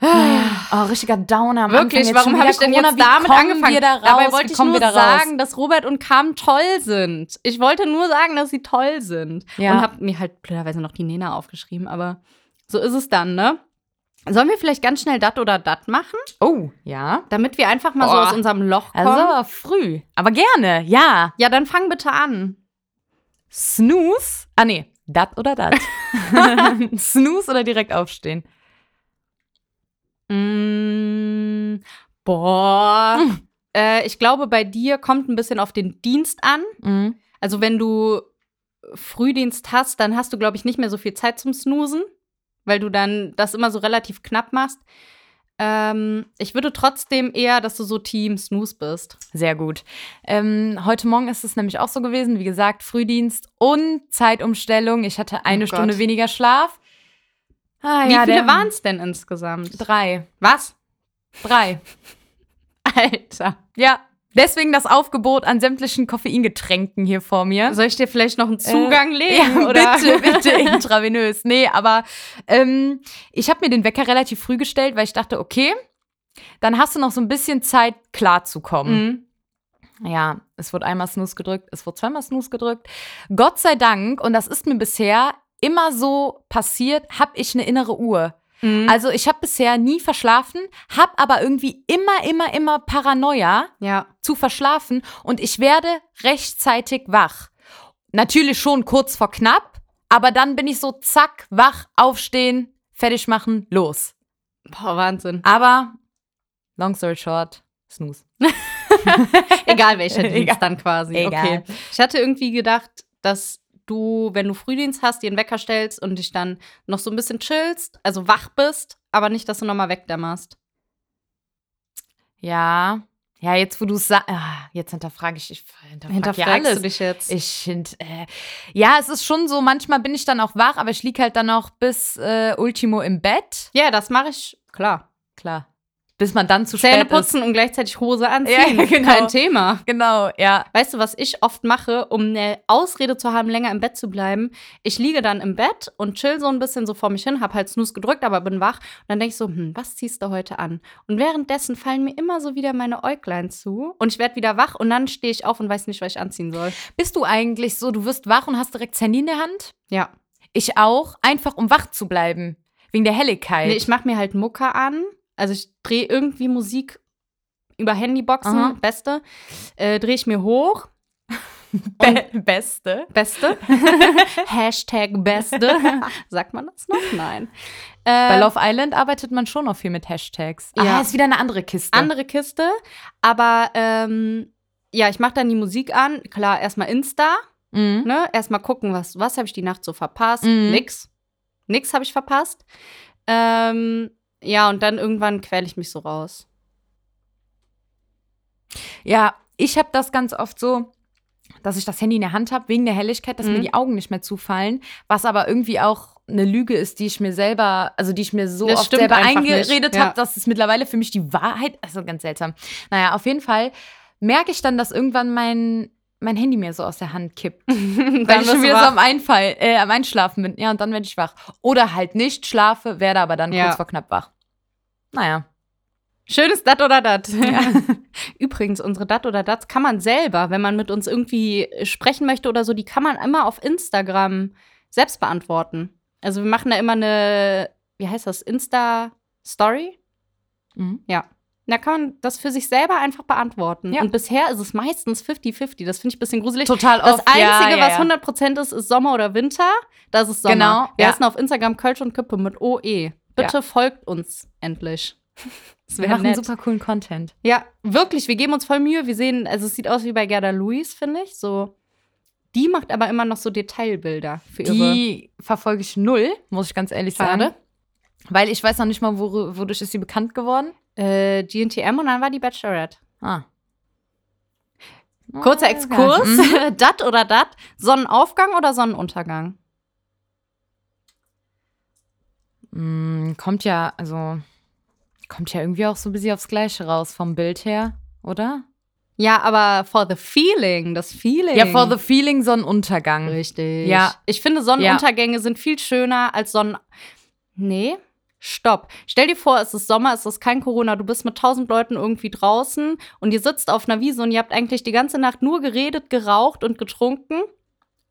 [SPEAKER 1] Naja, oh, richtiger Downer. Am Anfang
[SPEAKER 2] Ah. Wirklich,
[SPEAKER 1] jetzt
[SPEAKER 2] warum
[SPEAKER 1] schon
[SPEAKER 2] habe
[SPEAKER 1] wieder
[SPEAKER 2] ich denn
[SPEAKER 1] Corona.
[SPEAKER 2] jetzt
[SPEAKER 1] Wie
[SPEAKER 2] damit
[SPEAKER 1] kommen
[SPEAKER 2] angefangen?
[SPEAKER 1] Wir da raus?
[SPEAKER 2] Dabei wollte
[SPEAKER 1] Wie
[SPEAKER 2] ich
[SPEAKER 1] kommen
[SPEAKER 2] nur
[SPEAKER 1] wir da raus?
[SPEAKER 2] sagen, dass Robert und Cam toll sind. Ich wollte nur sagen, dass sie toll sind.
[SPEAKER 1] Ja.
[SPEAKER 2] Und habe mir halt blöderweise noch die Nena aufgeschrieben, aber so ist es dann, ne? Sollen wir vielleicht ganz schnell dat oder dat machen,
[SPEAKER 1] Oh, ja.
[SPEAKER 2] damit wir einfach mal so
[SPEAKER 1] Boah.
[SPEAKER 2] aus unserem Loch kommen?
[SPEAKER 1] Also aber früh. Aber gerne, ja.
[SPEAKER 2] ja, dann fang bitte an.
[SPEAKER 1] Snooze. Ah, nee. Dat
[SPEAKER 2] (laughs)
[SPEAKER 1] oder dat. Snooze oder direkt aufstehen.
[SPEAKER 2] Mm, boah.
[SPEAKER 1] Hm.
[SPEAKER 2] Äh, ich glaube, bei dir kommt ein bisschen auf den Dienst an.
[SPEAKER 1] Mhm.
[SPEAKER 2] Also, wenn du Frühdienst hast, dann hast du, glaube ich, nicht mehr so viel Zeit zum Snoosen, weil du dann das immer so relativ knapp machst. Ähm, ich würde trotzdem eher, dass du so Team Snooze bist.
[SPEAKER 1] Sehr gut. Ähm, heute Morgen ist es nämlich auch so gewesen. Wie gesagt, Frühdienst und Zeitumstellung. Ich hatte eine
[SPEAKER 2] Oh Gott.
[SPEAKER 1] Stunde weniger Schlaf. Ah,
[SPEAKER 2] Wie viele
[SPEAKER 1] der-
[SPEAKER 2] waren es denn insgesamt?
[SPEAKER 1] Drei.
[SPEAKER 2] Was? (laughs)
[SPEAKER 1] Drei.
[SPEAKER 2] Alter.
[SPEAKER 1] Ja. Deswegen das Aufgebot an sämtlichen Koffeingetränken hier vor mir.
[SPEAKER 2] Soll ich dir vielleicht noch einen Zugang
[SPEAKER 1] Äh, Ja,
[SPEAKER 2] legen? oder?
[SPEAKER 1] bitte, bitte intravenös. Nee, aber ähm, ich habe mir den Wecker relativ früh gestellt, weil ich dachte, okay, dann hast du noch so ein bisschen Zeit, klarzukommen.
[SPEAKER 2] (laughs) Mhm.
[SPEAKER 1] Ja, es wurde einmal Snooze gedrückt, es wurde zweimal Snooze gedrückt. Gott sei Dank, und das ist mir bisher immer so passiert, habe ich eine innere Uhr.
[SPEAKER 2] Mhm.
[SPEAKER 1] Also ich habe bisher nie verschlafen, habe aber irgendwie immer, immer, immer Paranoia
[SPEAKER 2] ja.
[SPEAKER 1] zu verschlafen und ich werde rechtzeitig wach. Natürlich schon kurz vor knapp, aber dann bin ich so zack, wach, aufstehen, fertig machen, los.
[SPEAKER 2] Boah, Wahnsinn.
[SPEAKER 1] Aber long story short, snooze.
[SPEAKER 2] Egal
[SPEAKER 1] (laughs)
[SPEAKER 2] welcher Dienst
[SPEAKER 1] Egal.
[SPEAKER 2] dann quasi.
[SPEAKER 1] Egal.
[SPEAKER 2] Okay. Ich hatte irgendwie gedacht, dass du, wenn du Frühdienst hast, dir einen Wecker stellst und dich dann noch so ein bisschen chillst, also wach bist, aber nicht, dass du nochmal wegdämmerst.
[SPEAKER 1] Ja. Ja, jetzt wo du es sagst, ah, jetzt hinterfrage ich, ich hinterfrage
[SPEAKER 2] Hinterfragst
[SPEAKER 1] ja alles.
[SPEAKER 2] du dich jetzt?
[SPEAKER 1] Ich hint, äh, ja, es ist schon so, manchmal bin ich dann auch wach, aber ich liege halt dann noch bis äh, Ultimo im Bett.
[SPEAKER 2] ja, das mache ich, klar.
[SPEAKER 1] Klar. Bis man dann zu
[SPEAKER 2] Zähne
[SPEAKER 1] spät ist.
[SPEAKER 2] putzen und gleichzeitig Hose anziehen.
[SPEAKER 1] Ja, (laughs) genau.
[SPEAKER 2] Kein Thema.
[SPEAKER 1] Genau, ja.
[SPEAKER 2] Weißt du, was ich oft mache, um eine Ausrede zu haben, länger im Bett zu bleiben? Ich liege dann im Bett und chill so ein bisschen so vor mich hin, hab halt Snooze gedrückt, aber bin wach. Und dann denke ich so, hm, was ziehst du heute an? Und währenddessen fallen mir immer so wieder meine Äuglein zu und ich werde wieder wach und dann stehe ich auf und weiß nicht, was ich anziehen soll.
[SPEAKER 1] Bist du eigentlich so, du wirst wach und hast direkt das Handy in der Hand?
[SPEAKER 2] Ja.
[SPEAKER 1] Ich auch, einfach um wach zu bleiben. Wegen der Helligkeit.
[SPEAKER 2] Nee, ich mache mir halt Mucke an. Also ich drehe irgendwie Musik über Handyboxen,
[SPEAKER 1] Aha.
[SPEAKER 2] beste. Äh, drehe ich mir hoch,
[SPEAKER 1] (laughs) Beste. (laughs)
[SPEAKER 2] beste. (laughs) Hashtag beste. Sagt man das noch? Nein.
[SPEAKER 1] Bei
[SPEAKER 2] Ähm,
[SPEAKER 1] Love Island arbeitet man schon noch viel mit Hashtags.
[SPEAKER 2] Ja.
[SPEAKER 1] Ah, ist wieder eine andere Kiste.
[SPEAKER 2] andere Kiste. Aber ähm, ja, ich mache dann die Musik an. Klar, erstmal Insta,
[SPEAKER 1] Mhm.
[SPEAKER 2] ne? Erstmal gucken, was, was habe ich die Nacht so verpasst.
[SPEAKER 1] Mhm.
[SPEAKER 2] Nix. Nix habe ich verpasst.
[SPEAKER 1] (laughs)
[SPEAKER 2] Ähm, ja, und dann irgendwann quäle ich mich so raus.
[SPEAKER 1] Ja, ich habe das ganz oft so, dass ich das Handy in der Hand habe, wegen der Helligkeit, dass
[SPEAKER 2] Mhm.
[SPEAKER 1] mir die Augen nicht mehr zufallen, was aber irgendwie auch eine Lüge ist, die ich mir selber, also die ich mir so
[SPEAKER 2] Das
[SPEAKER 1] oft
[SPEAKER 2] stimmt
[SPEAKER 1] selber
[SPEAKER 2] einfach
[SPEAKER 1] eingeredet
[SPEAKER 2] nicht, ja.
[SPEAKER 1] habe, dass es mittlerweile für mich die Wahrheit, also ganz seltsam. Naja, auf jeden Fall merke ich dann, dass irgendwann mein, mein Handy mir so aus der Hand kippt.
[SPEAKER 2] (laughs) dann
[SPEAKER 1] Weil ich schon
[SPEAKER 2] wirst du
[SPEAKER 1] wieder so
[SPEAKER 2] wach.
[SPEAKER 1] am, Einfall, äh, am Einschlafen bin. Ja, und dann werde ich wach. Oder halt nicht schlafe, werde aber dann
[SPEAKER 2] Ja.
[SPEAKER 1] kurz vor knapp wach.
[SPEAKER 2] (laughs)
[SPEAKER 1] Naja. (laughs)
[SPEAKER 2] Schönes Dat oder Dat.
[SPEAKER 1] Ja.
[SPEAKER 2] (laughs) Übrigens, unsere Dat oder Dats kann man selber, wenn man mit uns irgendwie sprechen möchte oder so, die kann man immer auf Instagram selbst beantworten. Also wir machen da immer eine, wie heißt das, Insta-Story?
[SPEAKER 1] Mhm.
[SPEAKER 2] Da kann man das für sich selber einfach beantworten.
[SPEAKER 1] Ja.
[SPEAKER 2] Und bisher ist es meistens 50-50. Das finde ich ein bisschen gruselig.
[SPEAKER 1] Total
[SPEAKER 2] Das
[SPEAKER 1] oft. ja,
[SPEAKER 2] Einzige,
[SPEAKER 1] ja,
[SPEAKER 2] was
[SPEAKER 1] ja.
[SPEAKER 2] 100% ist, ist Sommer oder Winter. Das ist Sommer.
[SPEAKER 1] Genau,
[SPEAKER 2] Wir
[SPEAKER 1] ja.
[SPEAKER 2] heißen auf Instagram Kölsch und Küppe mit OE. Bitte folgt uns
[SPEAKER 1] (laughs)
[SPEAKER 2] endlich. Das
[SPEAKER 1] Wir
[SPEAKER 2] wär
[SPEAKER 1] machen
[SPEAKER 2] nett.
[SPEAKER 1] super coolen Content.
[SPEAKER 2] Ja, wirklich, wir geben uns voll Mühe. Wir sehen, also es sieht aus wie bei Gerda Louise, finde ich. So, die macht aber immer noch so Detailbilder für ihre.
[SPEAKER 1] Die verfolge ich null, muss ich ganz ehrlich sagen.
[SPEAKER 2] Schade.
[SPEAKER 1] Weil ich weiß noch nicht mal, wor wodurch ist sie bekannt geworden.
[SPEAKER 2] Äh, GNTM und dann war die Bachelorette.
[SPEAKER 1] Ah.
[SPEAKER 2] Kurzer (laughs)
[SPEAKER 1] Ah,
[SPEAKER 2] Exkurs.
[SPEAKER 1] ja. Mhm.
[SPEAKER 2] dat oder dat? Sonnenaufgang oder Sonnenuntergang?
[SPEAKER 1] Mm, kommt ja, also, kommt ja irgendwie auch so ein bisschen aufs Gleiche raus vom Bild her, oder?
[SPEAKER 2] Ja, aber for the feeling, das Feeling.
[SPEAKER 1] Ja, for the feeling Sonnenuntergang.
[SPEAKER 2] Richtig.
[SPEAKER 1] Ja.
[SPEAKER 2] Ich finde, Sonnenuntergänge sind viel schöner als Sonnen. Nee. Stopp. Stell dir vor, es ist Sommer, es ist kein Corona, du bist mit tausend Leuten irgendwie draußen und ihr sitzt auf einer Wiese und ihr habt eigentlich die ganze Nacht nur geredet, geraucht und getrunken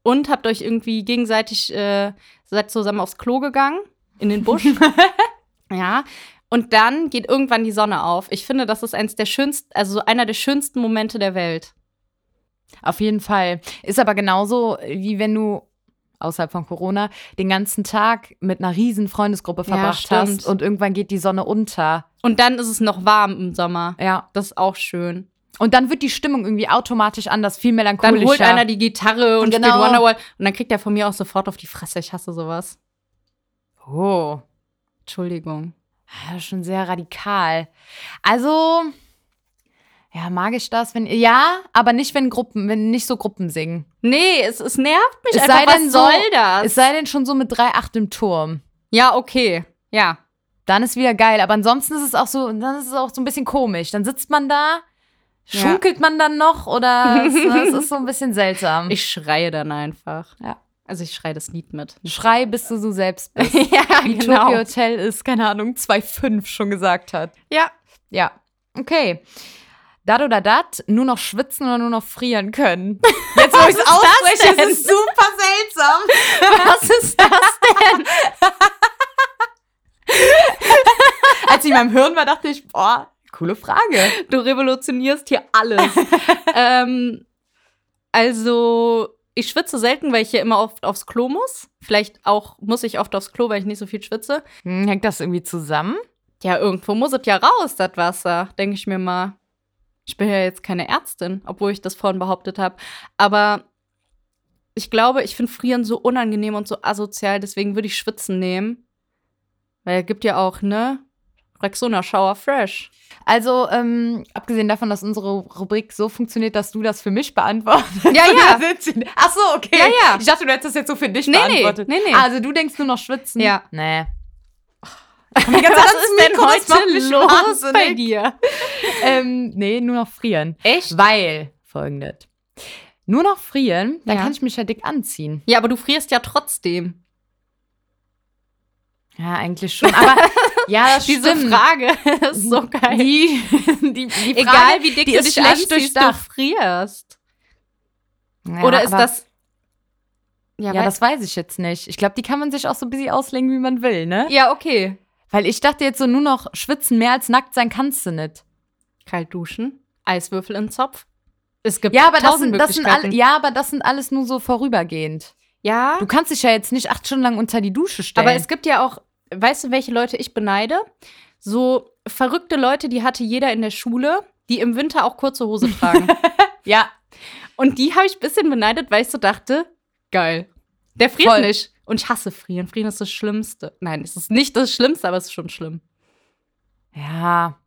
[SPEAKER 2] und habt euch irgendwie gegenseitig, äh, seid zusammen aufs Klo gegangen, in den
[SPEAKER 1] (laughs)
[SPEAKER 2] Busch. (laughs) ja. Und dann geht irgendwann die Sonne auf. Ich finde, das ist eins der schönsten, also so einer der schönsten Momente der Welt.
[SPEAKER 1] Auf jeden Fall. Ist aber genauso, wie wenn du außerhalb von Corona den ganzen Tag mit einer riesen Freundesgruppe
[SPEAKER 2] Ja,
[SPEAKER 1] verbracht
[SPEAKER 2] stimmt.
[SPEAKER 1] hast und irgendwann geht die Sonne unter.
[SPEAKER 2] Und dann ist es noch warm im Sommer.
[SPEAKER 1] Ja.
[SPEAKER 2] Das ist auch schön.
[SPEAKER 1] Und dann wird die Stimmung irgendwie automatisch anders, viel
[SPEAKER 2] Dann
[SPEAKER 1] melancholischer.
[SPEAKER 2] holt einer die Gitarre und
[SPEAKER 1] Genau.
[SPEAKER 2] spielt Wonderwall. Und dann kriegt er von mir auch sofort auf die Fresse. Ich hasse sowas.
[SPEAKER 1] Oh.
[SPEAKER 2] Entschuldigung.
[SPEAKER 1] Ja, schon sehr radikal. Also, ja, mag ich das, wenn. Ja, aber nicht, wenn Gruppen, wenn nicht so Gruppen singen.
[SPEAKER 2] Nee, es, es nervt mich
[SPEAKER 1] Es
[SPEAKER 2] einfach.
[SPEAKER 1] sei
[SPEAKER 2] Was
[SPEAKER 1] denn so-
[SPEAKER 2] soll das?
[SPEAKER 1] Es sei denn schon so mit 3,8 im Turm.
[SPEAKER 2] ja, okay. Ja.
[SPEAKER 1] Dann ist wieder geil. Aber ansonsten ist es auch so, dann ist es auch so ein bisschen komisch. Dann sitzt man da,
[SPEAKER 2] Ja.
[SPEAKER 1] schunkelt man dann noch
[SPEAKER 2] (laughs)
[SPEAKER 1] oder es, es ist so ein bisschen seltsam.
[SPEAKER 2] Ich schreie dann einfach.
[SPEAKER 1] Ja.
[SPEAKER 2] Also ich schreie das Lied mit.
[SPEAKER 1] Schrei, bis du so selbst
[SPEAKER 2] (laughs)
[SPEAKER 1] bist.
[SPEAKER 2] ja, genau.
[SPEAKER 1] Wie Tokyo Hotel ist, keine Ahnung, 2,5 schon gesagt hat.
[SPEAKER 2] Ja.
[SPEAKER 1] Ja, okay. Dat oder dat, nur noch schwitzen oder nur noch frieren können. Jetzt, wo ich es
[SPEAKER 2] das
[SPEAKER 1] ausspreche,
[SPEAKER 2] denn?
[SPEAKER 1] ist es super seltsam.
[SPEAKER 2] Was ist das denn?
[SPEAKER 1] Als ich in meinem Hirn war, dachte ich, boah, coole Frage.
[SPEAKER 2] Du revolutionierst hier alles. (laughs) ähm, also, ich schwitze selten, weil ich hier immer oft aufs Klo muss. Vielleicht auch muss ich oft aufs Klo, weil ich nicht so viel schwitze.
[SPEAKER 1] Hm, hängt das irgendwie zusammen?
[SPEAKER 2] Ja, irgendwo muss es ja raus, das Wasser, denke ich mir mal. Ich bin ja jetzt keine Ärztin, obwohl ich das vorhin behauptet habe. Aber ich glaube, ich finde Frieren so unangenehm und so asozial, deswegen würde ich Schwitzen nehmen. Weil er gibt ja auch, ne? Rexona Shower (laughs) Fresh.
[SPEAKER 1] Also, ähm, abgesehen davon, dass unsere Rubrik so funktioniert, dass du das für mich beantwortest.
[SPEAKER 2] Ja, Ah,
[SPEAKER 1] (laughs)
[SPEAKER 2] ja.
[SPEAKER 1] Ach so, okay.
[SPEAKER 2] Ja, ja.
[SPEAKER 1] Ich dachte, du hättest das jetzt so für dich
[SPEAKER 2] Nee, nee,
[SPEAKER 1] beantwortet.
[SPEAKER 2] nee, nee.
[SPEAKER 1] Also, du denkst nur noch schwitzen?
[SPEAKER 2] Ja.
[SPEAKER 1] Nee.
[SPEAKER 2] Was ist denn
[SPEAKER 1] Mikro, das macht
[SPEAKER 2] heute
[SPEAKER 1] mich
[SPEAKER 2] los
[SPEAKER 1] wahnsinnig.
[SPEAKER 2] bei dir?
[SPEAKER 1] ähm, nee, nur noch frieren.
[SPEAKER 2] Echt?
[SPEAKER 1] Weil folgendes. Nur noch frieren, dann
[SPEAKER 2] Ja.
[SPEAKER 1] kann ich mich ja dick anziehen.
[SPEAKER 2] Ja, aber du frierst ja trotzdem.
[SPEAKER 1] Ja, eigentlich schon. (laughs) Aber ja, das
[SPEAKER 2] Diese
[SPEAKER 1] stimmt.
[SPEAKER 2] Frage (laughs) ist so geil.
[SPEAKER 1] Die, die, die Frage,
[SPEAKER 2] Egal wie dick
[SPEAKER 1] die
[SPEAKER 2] du
[SPEAKER 1] ist
[SPEAKER 2] dich
[SPEAKER 1] schlecht
[SPEAKER 2] anziehst, du
[SPEAKER 1] durchdacht.
[SPEAKER 2] frierst.
[SPEAKER 1] Ja,
[SPEAKER 2] Oder ist
[SPEAKER 1] aber-
[SPEAKER 2] das.
[SPEAKER 1] Ja,
[SPEAKER 2] wei-
[SPEAKER 1] das weiß ich jetzt nicht. Ich glaube, die kann man sich auch so ein bisschen auslegen, wie man will, ne?
[SPEAKER 2] ja, okay.
[SPEAKER 1] Weil ich dachte jetzt so, nur noch schwitzen, mehr als nackt sein kannst du nicht.
[SPEAKER 2] Kalt duschen, Eiswürfel im Zopf. Es gibt
[SPEAKER 1] Ja, aber das
[SPEAKER 2] tausend
[SPEAKER 1] sind, das sind alle,
[SPEAKER 2] Möglichkeiten.
[SPEAKER 1] ja, aber das sind alles nur so vorübergehend.
[SPEAKER 2] ja,
[SPEAKER 1] Du kannst dich ja jetzt nicht acht Stunden lang unter die Dusche stellen.
[SPEAKER 2] aber es gibt ja auch, weißt du, welche Leute ich beneide? So verrückte Leute, die hatte jeder in der Schule, die im Winter auch kurze
[SPEAKER 1] (laughs)
[SPEAKER 2] Hose tragen.
[SPEAKER 1] ja,
[SPEAKER 2] Und die habe ich ein bisschen beneidet, weil ich so dachte, geil. Der friert
[SPEAKER 1] Voll.
[SPEAKER 2] nicht. Und ich hasse Frieren. Frieren ist das Schlimmste. Nein, es ist nicht das Schlimmste, aber es ist schon schlimm.
[SPEAKER 1] Ja.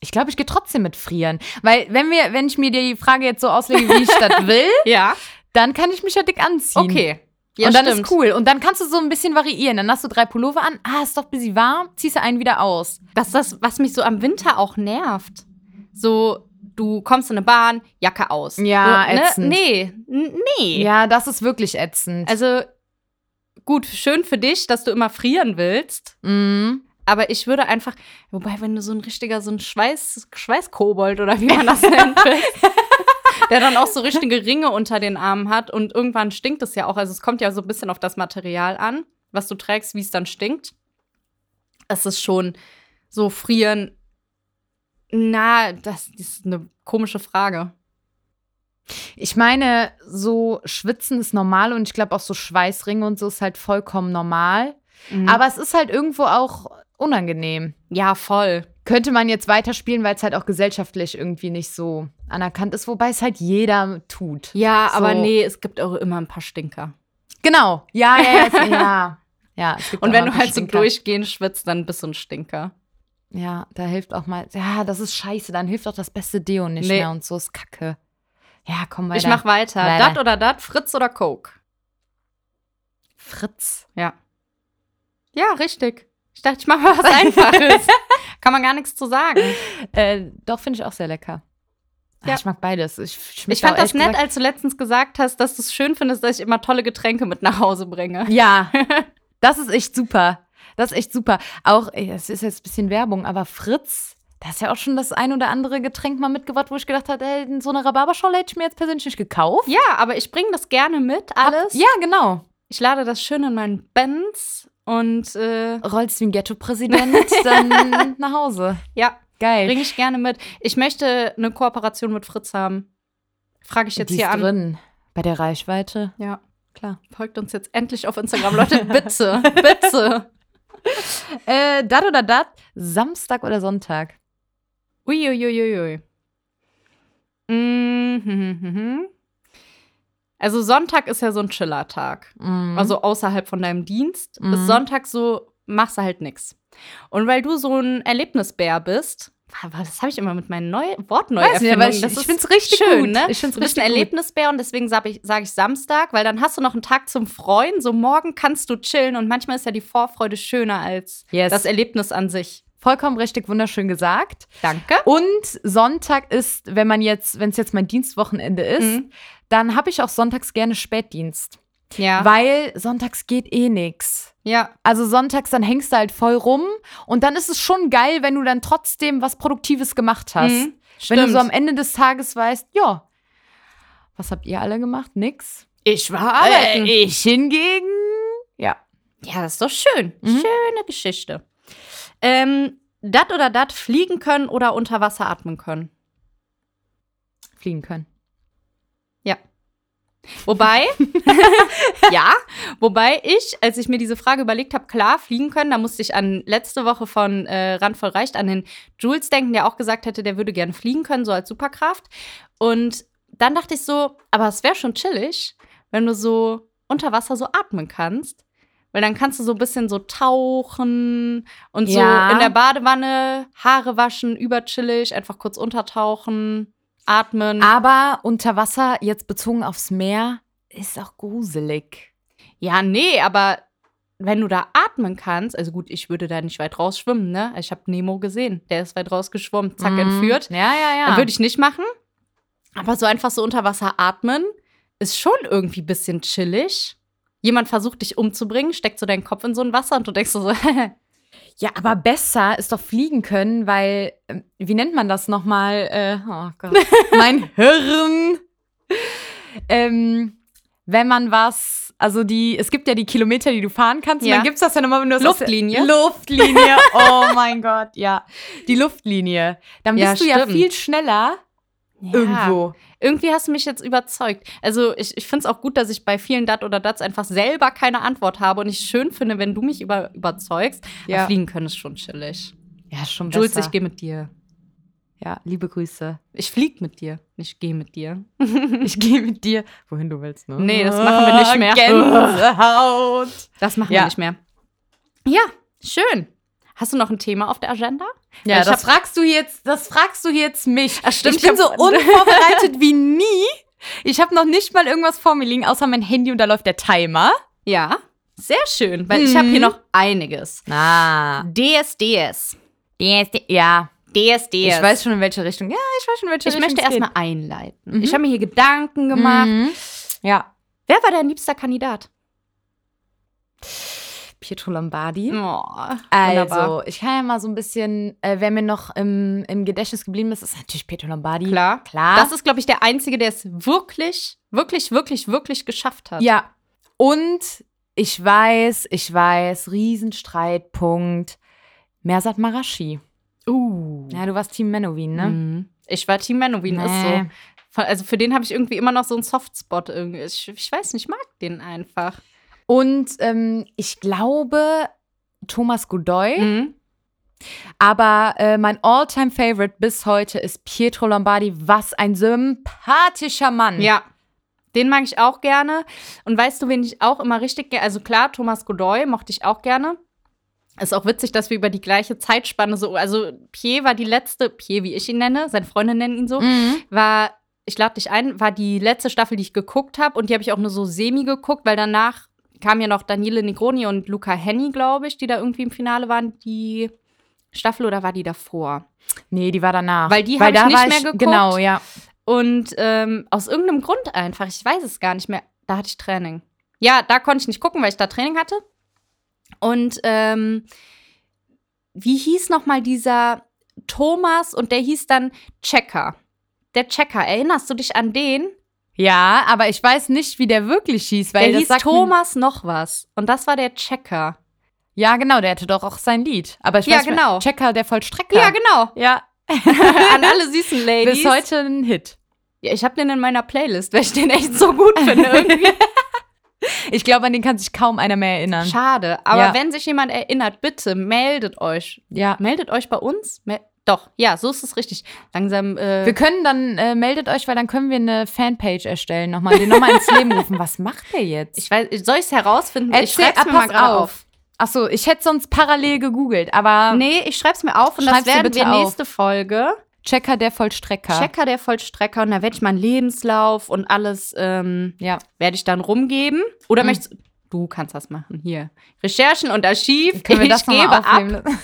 [SPEAKER 1] Ich glaube, ich gehe trotzdem mit frieren. Weil, wenn wir, wenn ich mir die Frage jetzt so auslege, wie ich
[SPEAKER 2] (laughs)
[SPEAKER 1] das will,
[SPEAKER 2] Ja.
[SPEAKER 1] dann kann ich mich ja dick anziehen.
[SPEAKER 2] Okay. Ja,
[SPEAKER 1] und dann
[SPEAKER 2] stimmt.
[SPEAKER 1] ist cool. Und dann kannst du so ein bisschen variieren. Dann hast du drei Pullover an. Ah, ist doch ein bisschen warm. Ziehst du einen wieder aus.
[SPEAKER 2] Das ist das, was mich so am Winter auch nervt. So, du kommst in eine Bahn, Jacke aus.
[SPEAKER 1] Ja,
[SPEAKER 2] so,
[SPEAKER 1] ätzend.
[SPEAKER 2] ne? Nee, n- nee.
[SPEAKER 1] Ja, das ist wirklich ätzend.
[SPEAKER 2] Also, gut, schön für dich, dass du immer frieren willst.
[SPEAKER 1] Mhm.
[SPEAKER 2] Aber ich würde einfach, wobei, wenn du so ein richtiger, so ein Schweiß, Schweißkobold oder wie man das (laughs) nennt, bist, der dann auch so richtige Ringe unter den Armen hat und irgendwann stinkt es ja auch. Also, es kommt ja so ein bisschen auf das Material an, was du trägst, wie es dann stinkt. Es ist schon so frieren. Na, das ist eine komische Frage.
[SPEAKER 1] Ich meine, so schwitzen ist normal und ich glaube auch so Schweißringe und so ist halt vollkommen normal.
[SPEAKER 2] Mhm.
[SPEAKER 1] Aber es ist halt irgendwo auch unangenehm.
[SPEAKER 2] ja, voll.
[SPEAKER 1] Könnte man jetzt weiterspielen, weil es halt auch gesellschaftlich irgendwie nicht so anerkannt ist, wobei es halt jeder tut.
[SPEAKER 2] Ja,
[SPEAKER 1] So.
[SPEAKER 2] aber nee, es gibt auch immer ein paar Stinker.
[SPEAKER 1] Genau. Ja, ja, ja. ja. ja es gibt
[SPEAKER 2] Und
[SPEAKER 1] auch
[SPEAKER 2] wenn
[SPEAKER 1] mal
[SPEAKER 2] du halt so
[SPEAKER 1] Stinker.
[SPEAKER 2] durchgehend schwitzt, dann bist du ein Stinker.
[SPEAKER 1] Ja, da hilft auch mal. Ja, das ist scheiße. Dann hilft auch das beste Deo nicht
[SPEAKER 2] Nee.
[SPEAKER 1] mehr und so ist kacke. Ja, komm weiter.
[SPEAKER 2] Ich mach weiter.
[SPEAKER 1] Weiter.
[SPEAKER 2] Dat oder dat, Fritz oder Coke?
[SPEAKER 1] Fritz.
[SPEAKER 2] Ja. Ja, richtig. Ich dachte, ich mache mal (laughs) was Einfaches. Kann man gar nichts zu sagen.
[SPEAKER 1] Äh, doch, finde ich auch sehr lecker. Ah,
[SPEAKER 2] Ja.
[SPEAKER 1] Ich mag beides. Ich, schmeckt
[SPEAKER 2] Ich fand
[SPEAKER 1] auch
[SPEAKER 2] das
[SPEAKER 1] ehrlich
[SPEAKER 2] nett,
[SPEAKER 1] gesagt-
[SPEAKER 2] als du letztens gesagt hast, dass du es schön findest, dass ich immer tolle Getränke mit nach Hause bringe.
[SPEAKER 1] Ja, das ist echt super. Das ist echt super. Auch, ey, es ist jetzt ein bisschen Werbung, aber Fritz, da ist ja auch schon das ein oder andere Getränk mal mitgebracht, wo ich gedacht habe, ey, so eine Rhabarberschorle hätte ich mir jetzt persönlich nicht gekauft.
[SPEAKER 2] Ja, aber ich bringe das gerne mit, alles.
[SPEAKER 1] Ja, genau.
[SPEAKER 2] Ich lade das schön in meinen Benz und äh,
[SPEAKER 1] Rollst wie
[SPEAKER 2] (laughs)
[SPEAKER 1] ein Ghetto-Präsident dann nach Hause.
[SPEAKER 2] ja,
[SPEAKER 1] Geil.
[SPEAKER 2] bringe ich gerne mit. Ich möchte eine Kooperation mit Fritz haben. Frage ich jetzt
[SPEAKER 1] Die
[SPEAKER 2] hier
[SPEAKER 1] ist
[SPEAKER 2] an.
[SPEAKER 1] drin. Bei der Reichweite.
[SPEAKER 2] Ja,
[SPEAKER 1] Klar.
[SPEAKER 2] Folgt uns jetzt endlich auf Instagram, (laughs) Leute. Bitte, bitte.
[SPEAKER 1] Äh, dat oder dat? Samstag oder Sonntag?
[SPEAKER 2] Uiuiuiui. Mhm. Also Sonntag ist ja so ein Chiller-Tag.
[SPEAKER 1] Mhm.
[SPEAKER 2] Also außerhalb von deinem Dienst
[SPEAKER 1] Mhm.
[SPEAKER 2] ist Sonntag so, machst du halt nix. Und weil du so ein Erlebnisbär bist, wa- wa- das habe ich immer mit meinen neu
[SPEAKER 1] Weiß nicht,
[SPEAKER 2] Wortneuerfindungen.
[SPEAKER 1] aber ich,
[SPEAKER 2] das
[SPEAKER 1] ich
[SPEAKER 2] ist
[SPEAKER 1] finde es richtig
[SPEAKER 2] schön,
[SPEAKER 1] gut.
[SPEAKER 2] ne?
[SPEAKER 1] Ich finde
[SPEAKER 2] Du bist
[SPEAKER 1] es richtig
[SPEAKER 2] ein
[SPEAKER 1] gut.
[SPEAKER 2] Erlebnisbär und deswegen sage ich, sag ich Samstag, weil dann hast du noch einen Tag zum Freuen. So morgen kannst du chillen und manchmal ist ja die Vorfreude schöner als
[SPEAKER 1] Yes.
[SPEAKER 2] das Erlebnis an sich.
[SPEAKER 1] Vollkommen richtig, wunderschön gesagt.
[SPEAKER 2] Danke.
[SPEAKER 1] Und Sonntag ist, wenn man jetzt, wenn es jetzt mein Dienstwochenende ist,
[SPEAKER 2] Mhm.
[SPEAKER 1] dann habe ich auch sonntags gerne Spätdienst.
[SPEAKER 2] Ja.
[SPEAKER 1] Weil sonntags geht eh nix.
[SPEAKER 2] ja.
[SPEAKER 1] Also sonntags, dann hängst du halt voll rum und dann ist es schon geil, wenn du dann trotzdem was Produktives gemacht hast.
[SPEAKER 2] Mhm.
[SPEAKER 1] Wenn du
[SPEAKER 2] Stimmt.
[SPEAKER 1] so am Ende des Tages weißt, ja, was habt ihr alle gemacht? Nix.
[SPEAKER 2] Ich war arbeiten.
[SPEAKER 1] Äh, ich hingegen. Ja.
[SPEAKER 2] e- Ja, das ist doch schön.
[SPEAKER 1] Mhm.
[SPEAKER 2] Schöne Geschichte. Ähm, dat oder dat fliegen können oder unter Wasser atmen können.
[SPEAKER 1] Fliegen können.
[SPEAKER 2] Wobei, (laughs) ja, wobei ich, als ich mir diese Frage überlegt habe, klar, fliegen können, da musste ich an letzte Woche von äh, Randvoll Reicht an den Jules denken, der auch gesagt hätte, der würde gerne fliegen können, so als Superkraft. Und dann dachte ich so, aber es wäre schon chillig, wenn du so unter Wasser so atmen kannst. Weil dann kannst du so ein bisschen so tauchen und
[SPEAKER 1] Ja.
[SPEAKER 2] so in der Badewanne Haare waschen, überchillig, einfach kurz untertauchen,
[SPEAKER 1] Ah,
[SPEAKER 2] atmen.
[SPEAKER 1] Aber unter Wasser, jetzt bezogen aufs Meer, ist auch gruselig.
[SPEAKER 2] Ja, nee, aber wenn du da atmen kannst, also gut, ich würde da nicht weit rausschwimmen, ne? Ich habe Nemo gesehen, der ist weit rausgeschwommen, zack,
[SPEAKER 1] Mhm.
[SPEAKER 2] entführt.
[SPEAKER 1] Ja, ja, ja.
[SPEAKER 2] Dann würde ich nicht machen. Aber so einfach so unter Wasser atmen ist schon irgendwie ein bisschen chillig. Jemand versucht dich umzubringen, steckt so deinen Kopf in so ein Wasser und du denkst so, (laughs)
[SPEAKER 1] ja, aber besser ist doch fliegen können, weil, ähm, wie nennt man das nochmal? Äh, oh
[SPEAKER 2] (laughs)
[SPEAKER 1] Gott, mein Hirn. Ähm, wenn man was, also die, es gibt ja die Kilometer, die du fahren kannst,
[SPEAKER 2] Ja.
[SPEAKER 1] und dann gibt es das ja nochmal, wenn du das aus der-
[SPEAKER 2] Luftlinie. (laughs)
[SPEAKER 1] Luftlinie, oh mein Gott, ja. Die Luftlinie. Dann bist
[SPEAKER 2] Ja,
[SPEAKER 1] du ja
[SPEAKER 2] stimmt.
[SPEAKER 1] viel schneller irgendwo.
[SPEAKER 2] Irgendwie hast du mich jetzt überzeugt. Also ich, ich finde es auch gut, dass ich bei vielen Dat oder Dats einfach selber keine Antwort habe und ich schön finde, wenn du mich über, überzeugst.
[SPEAKER 1] Ja.
[SPEAKER 2] Aber fliegen können ist schon chillig.
[SPEAKER 1] Ja, schon besser.
[SPEAKER 2] Jules, ich gehe mit dir.
[SPEAKER 1] ja, liebe Grüße.
[SPEAKER 2] Ich flieg mit dir. Ich gehe mit dir.
[SPEAKER 1] (laughs) Ich gehe mit dir, wohin du willst, ne?
[SPEAKER 2] Nee, das machen wir nicht mehr.
[SPEAKER 1] Gänsehaut.
[SPEAKER 2] Das machen
[SPEAKER 1] Ja.
[SPEAKER 2] wir nicht mehr. Ja, schön. Hast du noch ein Thema auf der Agenda?
[SPEAKER 1] Ja,
[SPEAKER 2] Ich
[SPEAKER 1] das
[SPEAKER 2] hab-
[SPEAKER 1] fragst du hier jetzt, das fragst du hier jetzt mich.
[SPEAKER 2] Ach, stimmt,
[SPEAKER 1] ich bin
[SPEAKER 2] ich
[SPEAKER 1] so (laughs)
[SPEAKER 2] hab-
[SPEAKER 1] unvorbereitet wie nie. Ich habe noch nicht mal irgendwas vor mir liegen, außer mein Handy und da läuft der Timer.
[SPEAKER 2] Ja, sehr schön, weil ich habe hier
[SPEAKER 1] Mhm.
[SPEAKER 2] noch einiges.
[SPEAKER 1] Ah.
[SPEAKER 2] DSDS.
[SPEAKER 1] Ja,
[SPEAKER 2] DSDS.
[SPEAKER 1] ich weiß schon in welche Richtung. Ja, ich weiß schon in welche
[SPEAKER 2] ich
[SPEAKER 1] Richtung.
[SPEAKER 2] möchte
[SPEAKER 1] es geht.
[SPEAKER 2] erstmal einleiten. Ich habe mir hier Gedanken gemacht.
[SPEAKER 1] Mhm. Ja.
[SPEAKER 2] Wer war dein liebster Kandidat?
[SPEAKER 1] Pietro Lombardi.
[SPEAKER 2] Oh,
[SPEAKER 1] Mhm. Also, ich kann ja mal so ein bisschen, äh, wer mir noch im, im Gedächtnis geblieben ist, ist natürlich Pietro Lombardi.
[SPEAKER 2] klar.
[SPEAKER 1] Klar.
[SPEAKER 2] Das ist, glaube ich, der Einzige, der es wirklich, wirklich, wirklich, wirklich geschafft hat.
[SPEAKER 1] Ja. Und ich weiß, ich weiß, Riesenstreitpunkt. Mersat Marashi.
[SPEAKER 2] Uh.
[SPEAKER 1] Ja, du warst Team Menowin, ne?
[SPEAKER 2] Mhm. Ich war Team Menowin, ist
[SPEAKER 1] Nee.
[SPEAKER 2] so. Von- Also für den habe ich irgendwie immer noch so einen Softspot. Irgendwie. Ich, ich weiß nicht, ich mag den einfach.
[SPEAKER 1] Und ähm, ich glaube Thomas Godoy,
[SPEAKER 2] Mhm.
[SPEAKER 1] aber äh, mein All-Time-Favorite bis heute ist Pietro Lombardi. Was ein sympathischer Mann.
[SPEAKER 2] Ja. Den mag ich auch gerne. Und weißt du, wen ich auch immer richtig gerne. Also klar, Thomas Godoy mochte ich auch gerne. Ist auch witzig, dass wir über die gleiche Zeitspanne so. Also, Pierre war die letzte, Pierre, wie ich ihn nenne, seine Freunde nennen ihn so,
[SPEAKER 1] Mhm.
[SPEAKER 2] war, ich lade dich ein, war die letzte Staffel, die ich geguckt habe. Und die habe ich auch nur so semi geguckt, weil danach kamen ja noch Daniele Negroni und Luca Henny, glaube ich, die da irgendwie im Finale waren, die Staffel oder war die davor?
[SPEAKER 1] Nee, die war danach.
[SPEAKER 2] Weil die hab
[SPEAKER 1] da
[SPEAKER 2] ich nicht
[SPEAKER 1] war
[SPEAKER 2] mehr geguckt.
[SPEAKER 1] Genau, ja.
[SPEAKER 2] Und ähm, aus irgendeinem Grund einfach, ich weiß es gar nicht mehr, da hatte ich Training. Ja, da konnte ich nicht gucken, weil ich da Training hatte. Und ähm, wie hieß nochmal dieser Thomas und der hieß dann Checker. Der Checker, erinnerst du dich an den?
[SPEAKER 1] Ja, aber ich weiß nicht, wie der wirklich hieß, weil
[SPEAKER 2] Der
[SPEAKER 1] das
[SPEAKER 2] hieß
[SPEAKER 1] sagt mir-
[SPEAKER 2] Thomas noch was. Und das war der Checker.
[SPEAKER 1] Ja, genau, der hatte doch auch sein Lied. Aber ich
[SPEAKER 2] Ja,
[SPEAKER 1] weiß
[SPEAKER 2] genau.
[SPEAKER 1] Checker, der Vollstrecker.
[SPEAKER 2] Ja, genau.
[SPEAKER 1] ja.
[SPEAKER 2] (laughs) an alle süßen Ladies.
[SPEAKER 1] Bis heute
[SPEAKER 2] (laughs)
[SPEAKER 1] ein Hit.
[SPEAKER 2] Ja, ich habe den in meiner Playlist, weil ich den echt so
[SPEAKER 1] (laughs)
[SPEAKER 2] gut finde. Irgendwie.
[SPEAKER 1] Ich glaube, an den kann sich kaum einer mehr erinnern.
[SPEAKER 2] Schade. Aber
[SPEAKER 1] Ja.
[SPEAKER 2] wenn sich jemand erinnert, bitte meldet euch.
[SPEAKER 1] ja.
[SPEAKER 2] Meldet euch bei uns? Mel Doch, ja, so ist es richtig. Langsam. Äh,
[SPEAKER 1] Wir können dann, äh, meldet euch, weil dann können wir eine Fanpage erstellen. Nochmal, den nochmal ins Leben rufen. Was macht der jetzt?
[SPEAKER 2] ich weiß, soll ich es herausfinden? ich
[SPEAKER 1] Erzähl-
[SPEAKER 2] schreib's
[SPEAKER 1] ah,
[SPEAKER 2] mir mal
[SPEAKER 1] pass
[SPEAKER 2] gerade
[SPEAKER 1] auf.
[SPEAKER 2] auf.
[SPEAKER 1] Achso, ich hätte sonst parallel gegoogelt, aber
[SPEAKER 2] Nee, ich schreib's mir auf und
[SPEAKER 1] Schreib's
[SPEAKER 2] das
[SPEAKER 1] dir
[SPEAKER 2] werden
[SPEAKER 1] bitte
[SPEAKER 2] wir
[SPEAKER 1] auf.
[SPEAKER 2] nächste Folge.
[SPEAKER 1] Checker, der Vollstrecker.
[SPEAKER 2] Checker der Vollstrecker und da werde ich meinen Lebenslauf und alles ähm,
[SPEAKER 1] Ja.
[SPEAKER 2] werde ich dann rumgeben. Oder
[SPEAKER 1] Mhm.
[SPEAKER 2] möchtest du kannst das machen hier. Recherchen und Archiv.
[SPEAKER 1] Können wir
[SPEAKER 2] ich
[SPEAKER 1] das nochmal
[SPEAKER 2] gebe ab. (laughs)
[SPEAKER 1] aufleben? lassen?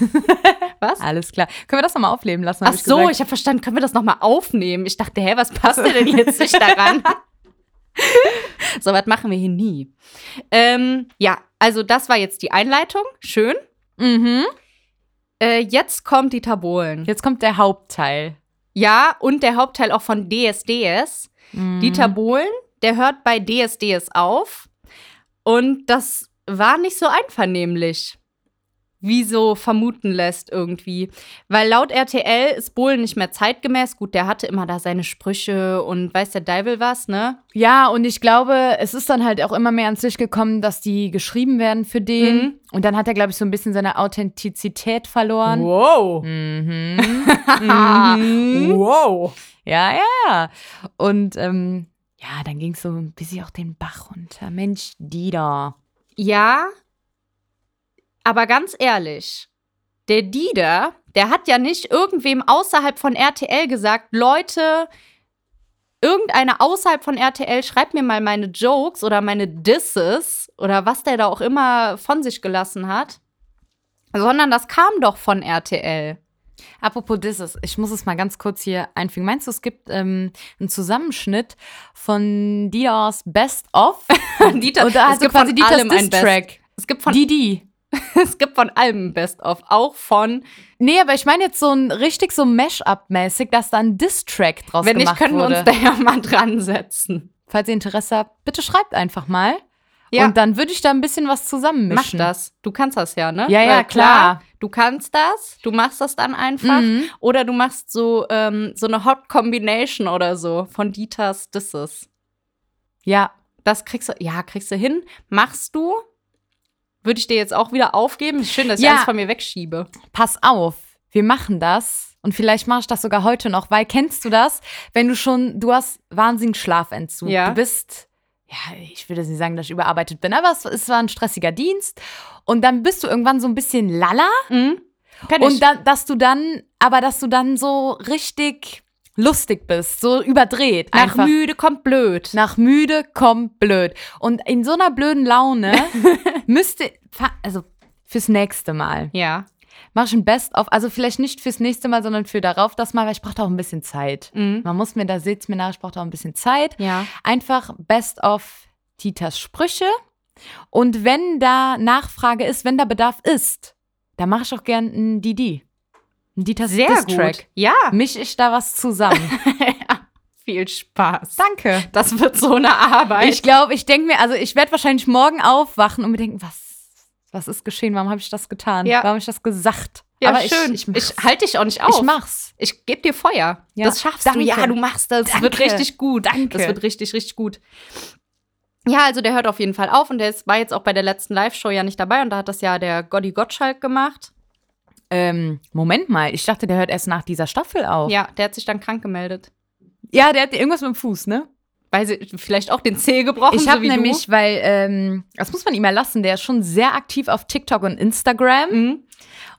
[SPEAKER 2] Was?
[SPEAKER 1] Alles klar. Können wir das nochmal aufleben lassen? hab
[SPEAKER 2] Ach so,
[SPEAKER 1] gesagt.
[SPEAKER 2] ich habe verstanden, können wir das nochmal aufnehmen? Ich dachte, hä, was passt dir denn jetzt nicht
[SPEAKER 1] (laughs)
[SPEAKER 2] daran? so, was machen wir hier nie? Ähm, ja, also das war jetzt die Einleitung. Schön.
[SPEAKER 1] Mhm.
[SPEAKER 2] Äh, jetzt kommt die Tabolen.
[SPEAKER 1] Jetzt kommt der Hauptteil.
[SPEAKER 2] Ja, und der Hauptteil auch von DSDS.
[SPEAKER 1] Mhm.
[SPEAKER 2] Die Tabolen, der hört bei DSDS auf. Und das war nicht so einvernehmlich, wie so vermuten lässt irgendwie. Weil laut RTL ist Bohlen nicht mehr zeitgemäß. Gut, der hatte immer da seine Sprüche und weiß der Deivel was, ne?
[SPEAKER 1] Ja, und ich glaube, es ist dann halt auch immer mehr ans Licht gekommen, dass die geschrieben werden für den.
[SPEAKER 2] Mhm.
[SPEAKER 1] Und dann hat er, glaube ich, so ein bisschen seine Authentizität verloren.
[SPEAKER 2] Wow.
[SPEAKER 1] Mhm. Mhm.
[SPEAKER 2] (laughs) wow.
[SPEAKER 1] (laughs) Ja, ja, ja. Und ähm, ja, dann ging es so ein bisschen auch den Bach runter. Mensch, die da.
[SPEAKER 2] Ja, aber ganz ehrlich, der Dieter, der hat ja nicht irgendwem außerhalb von RTL gesagt, Leute, irgendeiner außerhalb von RTL, schreibt mir mal meine Jokes oder meine Disses oder was der da auch immer von sich gelassen hat. Sondern das kam doch von (laughs) RTL.
[SPEAKER 1] Apropos Disses, ich muss es mal ganz kurz hier einfügen. Meinst du, es gibt ähm, einen Zusammenschnitt von Didas Best
[SPEAKER 2] (laughs)
[SPEAKER 1] of?
[SPEAKER 2] Dieter,
[SPEAKER 1] Und da
[SPEAKER 2] es
[SPEAKER 1] hast du
[SPEAKER 2] gibt
[SPEAKER 1] quasi
[SPEAKER 2] von
[SPEAKER 1] Dieters
[SPEAKER 2] allem ein Best.
[SPEAKER 1] Diss-Track.
[SPEAKER 2] Es gibt, von, (laughs)
[SPEAKER 1] Didi.
[SPEAKER 2] es gibt von allem ein Best-of, auch von
[SPEAKER 1] Nee, aber ich meine jetzt so ein richtig so Mash-up-mäßig, dass da ein Diss-Track draus
[SPEAKER 2] Wenn nicht,
[SPEAKER 1] gemacht
[SPEAKER 2] können
[SPEAKER 1] wurde.
[SPEAKER 2] wir uns da ja mal dran setzen.
[SPEAKER 1] Falls ihr Interesse habt, bitte schreibt einfach mal.
[SPEAKER 2] Ja.
[SPEAKER 1] Und dann würde ich da ein bisschen was zusammenmischen.
[SPEAKER 2] Mach das. Du kannst das ja, ne?
[SPEAKER 1] Ja, ja,
[SPEAKER 2] Weil
[SPEAKER 1] klar.
[SPEAKER 2] Du kannst das, du machst das dann einfach.
[SPEAKER 1] Mhm.
[SPEAKER 2] Oder du machst so, ähm, so eine Hot Combination oder so von Dieters Disses.
[SPEAKER 1] Ja.
[SPEAKER 2] Das kriegst du, ja, kriegst du hin. Machst du. Würde ich dir jetzt auch wieder aufgeben. Schön, dass ich
[SPEAKER 1] Ja.
[SPEAKER 2] alles von mir wegschiebe.
[SPEAKER 1] Pass auf, wir machen das. Und vielleicht mache ich das sogar heute noch, weil kennst du das, wenn du schon, du hast wahnsinnigen Schlafentzug.
[SPEAKER 2] Ja.
[SPEAKER 1] Du bist, ja, ich will jetzt nicht sagen, dass ich überarbeitet bin, aber es, es war ein stressiger Dienst. Und dann bist du irgendwann so ein bisschen lala
[SPEAKER 2] Mhm. Kenn ich.
[SPEAKER 1] Und dann, dass du dann, aber dass du dann so richtig lustig bist, so überdreht.
[SPEAKER 2] Nach
[SPEAKER 1] einfach.
[SPEAKER 2] müde kommt blöd.
[SPEAKER 1] Nach müde kommt blöd. Und in so einer blöden
[SPEAKER 2] (laughs)
[SPEAKER 1] Laune müsste, fa- also fürs nächste Mal,
[SPEAKER 2] ja.
[SPEAKER 1] mache ich ein Best auf, also vielleicht nicht fürs nächste Mal, sondern für darauf das Mal, weil ich brauche da auch ein bisschen Zeit.
[SPEAKER 2] Mhm.
[SPEAKER 1] Man muss mir, da seht's mir nach, ich brauche da auch ein bisschen Zeit.
[SPEAKER 2] Ja.
[SPEAKER 1] Einfach Best of Titas Sprüche. Und wenn da Nachfrage ist, wenn da Bedarf ist, dann mache ich auch gern ein Didi. Ein Titas
[SPEAKER 2] Sehr gut.
[SPEAKER 1] Diss-Track.
[SPEAKER 2] Ja.
[SPEAKER 1] Misch ich da
[SPEAKER 2] (laughs)
[SPEAKER 1] was zusammen.
[SPEAKER 2] Viel Spaß.
[SPEAKER 1] Danke.
[SPEAKER 2] Das wird so eine Arbeit.
[SPEAKER 1] Ich glaube, ich denke mir, also ich werde wahrscheinlich morgen aufwachen und mir denken, was, was ist geschehen? Warum habe ich das getan?
[SPEAKER 2] Ja.
[SPEAKER 1] Warum habe ich das gesagt?
[SPEAKER 2] ja,
[SPEAKER 1] Aber
[SPEAKER 2] schön.
[SPEAKER 1] Ich,
[SPEAKER 2] Ich,
[SPEAKER 1] ich, mach's.
[SPEAKER 2] halte dich auch nicht auf.
[SPEAKER 1] ich mach's.
[SPEAKER 2] Ich gebe dir Feuer.
[SPEAKER 1] Ja.
[SPEAKER 2] Das schaffst
[SPEAKER 1] Danke.
[SPEAKER 2] du. Ja, du machst das. Das wird
[SPEAKER 1] Danke.
[SPEAKER 2] richtig gut.
[SPEAKER 1] Danke.
[SPEAKER 2] Das wird richtig, richtig gut. Ja, also der hört auf jeden Fall auf und der ist, war jetzt auch bei der letzten Live-Show ja nicht dabei und da hat das ja der Gotti Gottschalk gemacht.
[SPEAKER 1] Ähm, Moment mal, ich dachte, der hört erst nach dieser Staffel auf.
[SPEAKER 2] Ja, der hat sich dann krank gemeldet.
[SPEAKER 1] Ja, der hat irgendwas mit dem Fuß, ne?
[SPEAKER 2] Weil sie vielleicht auch den Zeh gebrochen,
[SPEAKER 1] Ich
[SPEAKER 2] so
[SPEAKER 1] habe
[SPEAKER 2] wie
[SPEAKER 1] nämlich, weil, ähm, das muss man ihm erlassen, der ist schon sehr aktiv auf TikTok und Instagram.
[SPEAKER 2] du. Mhm.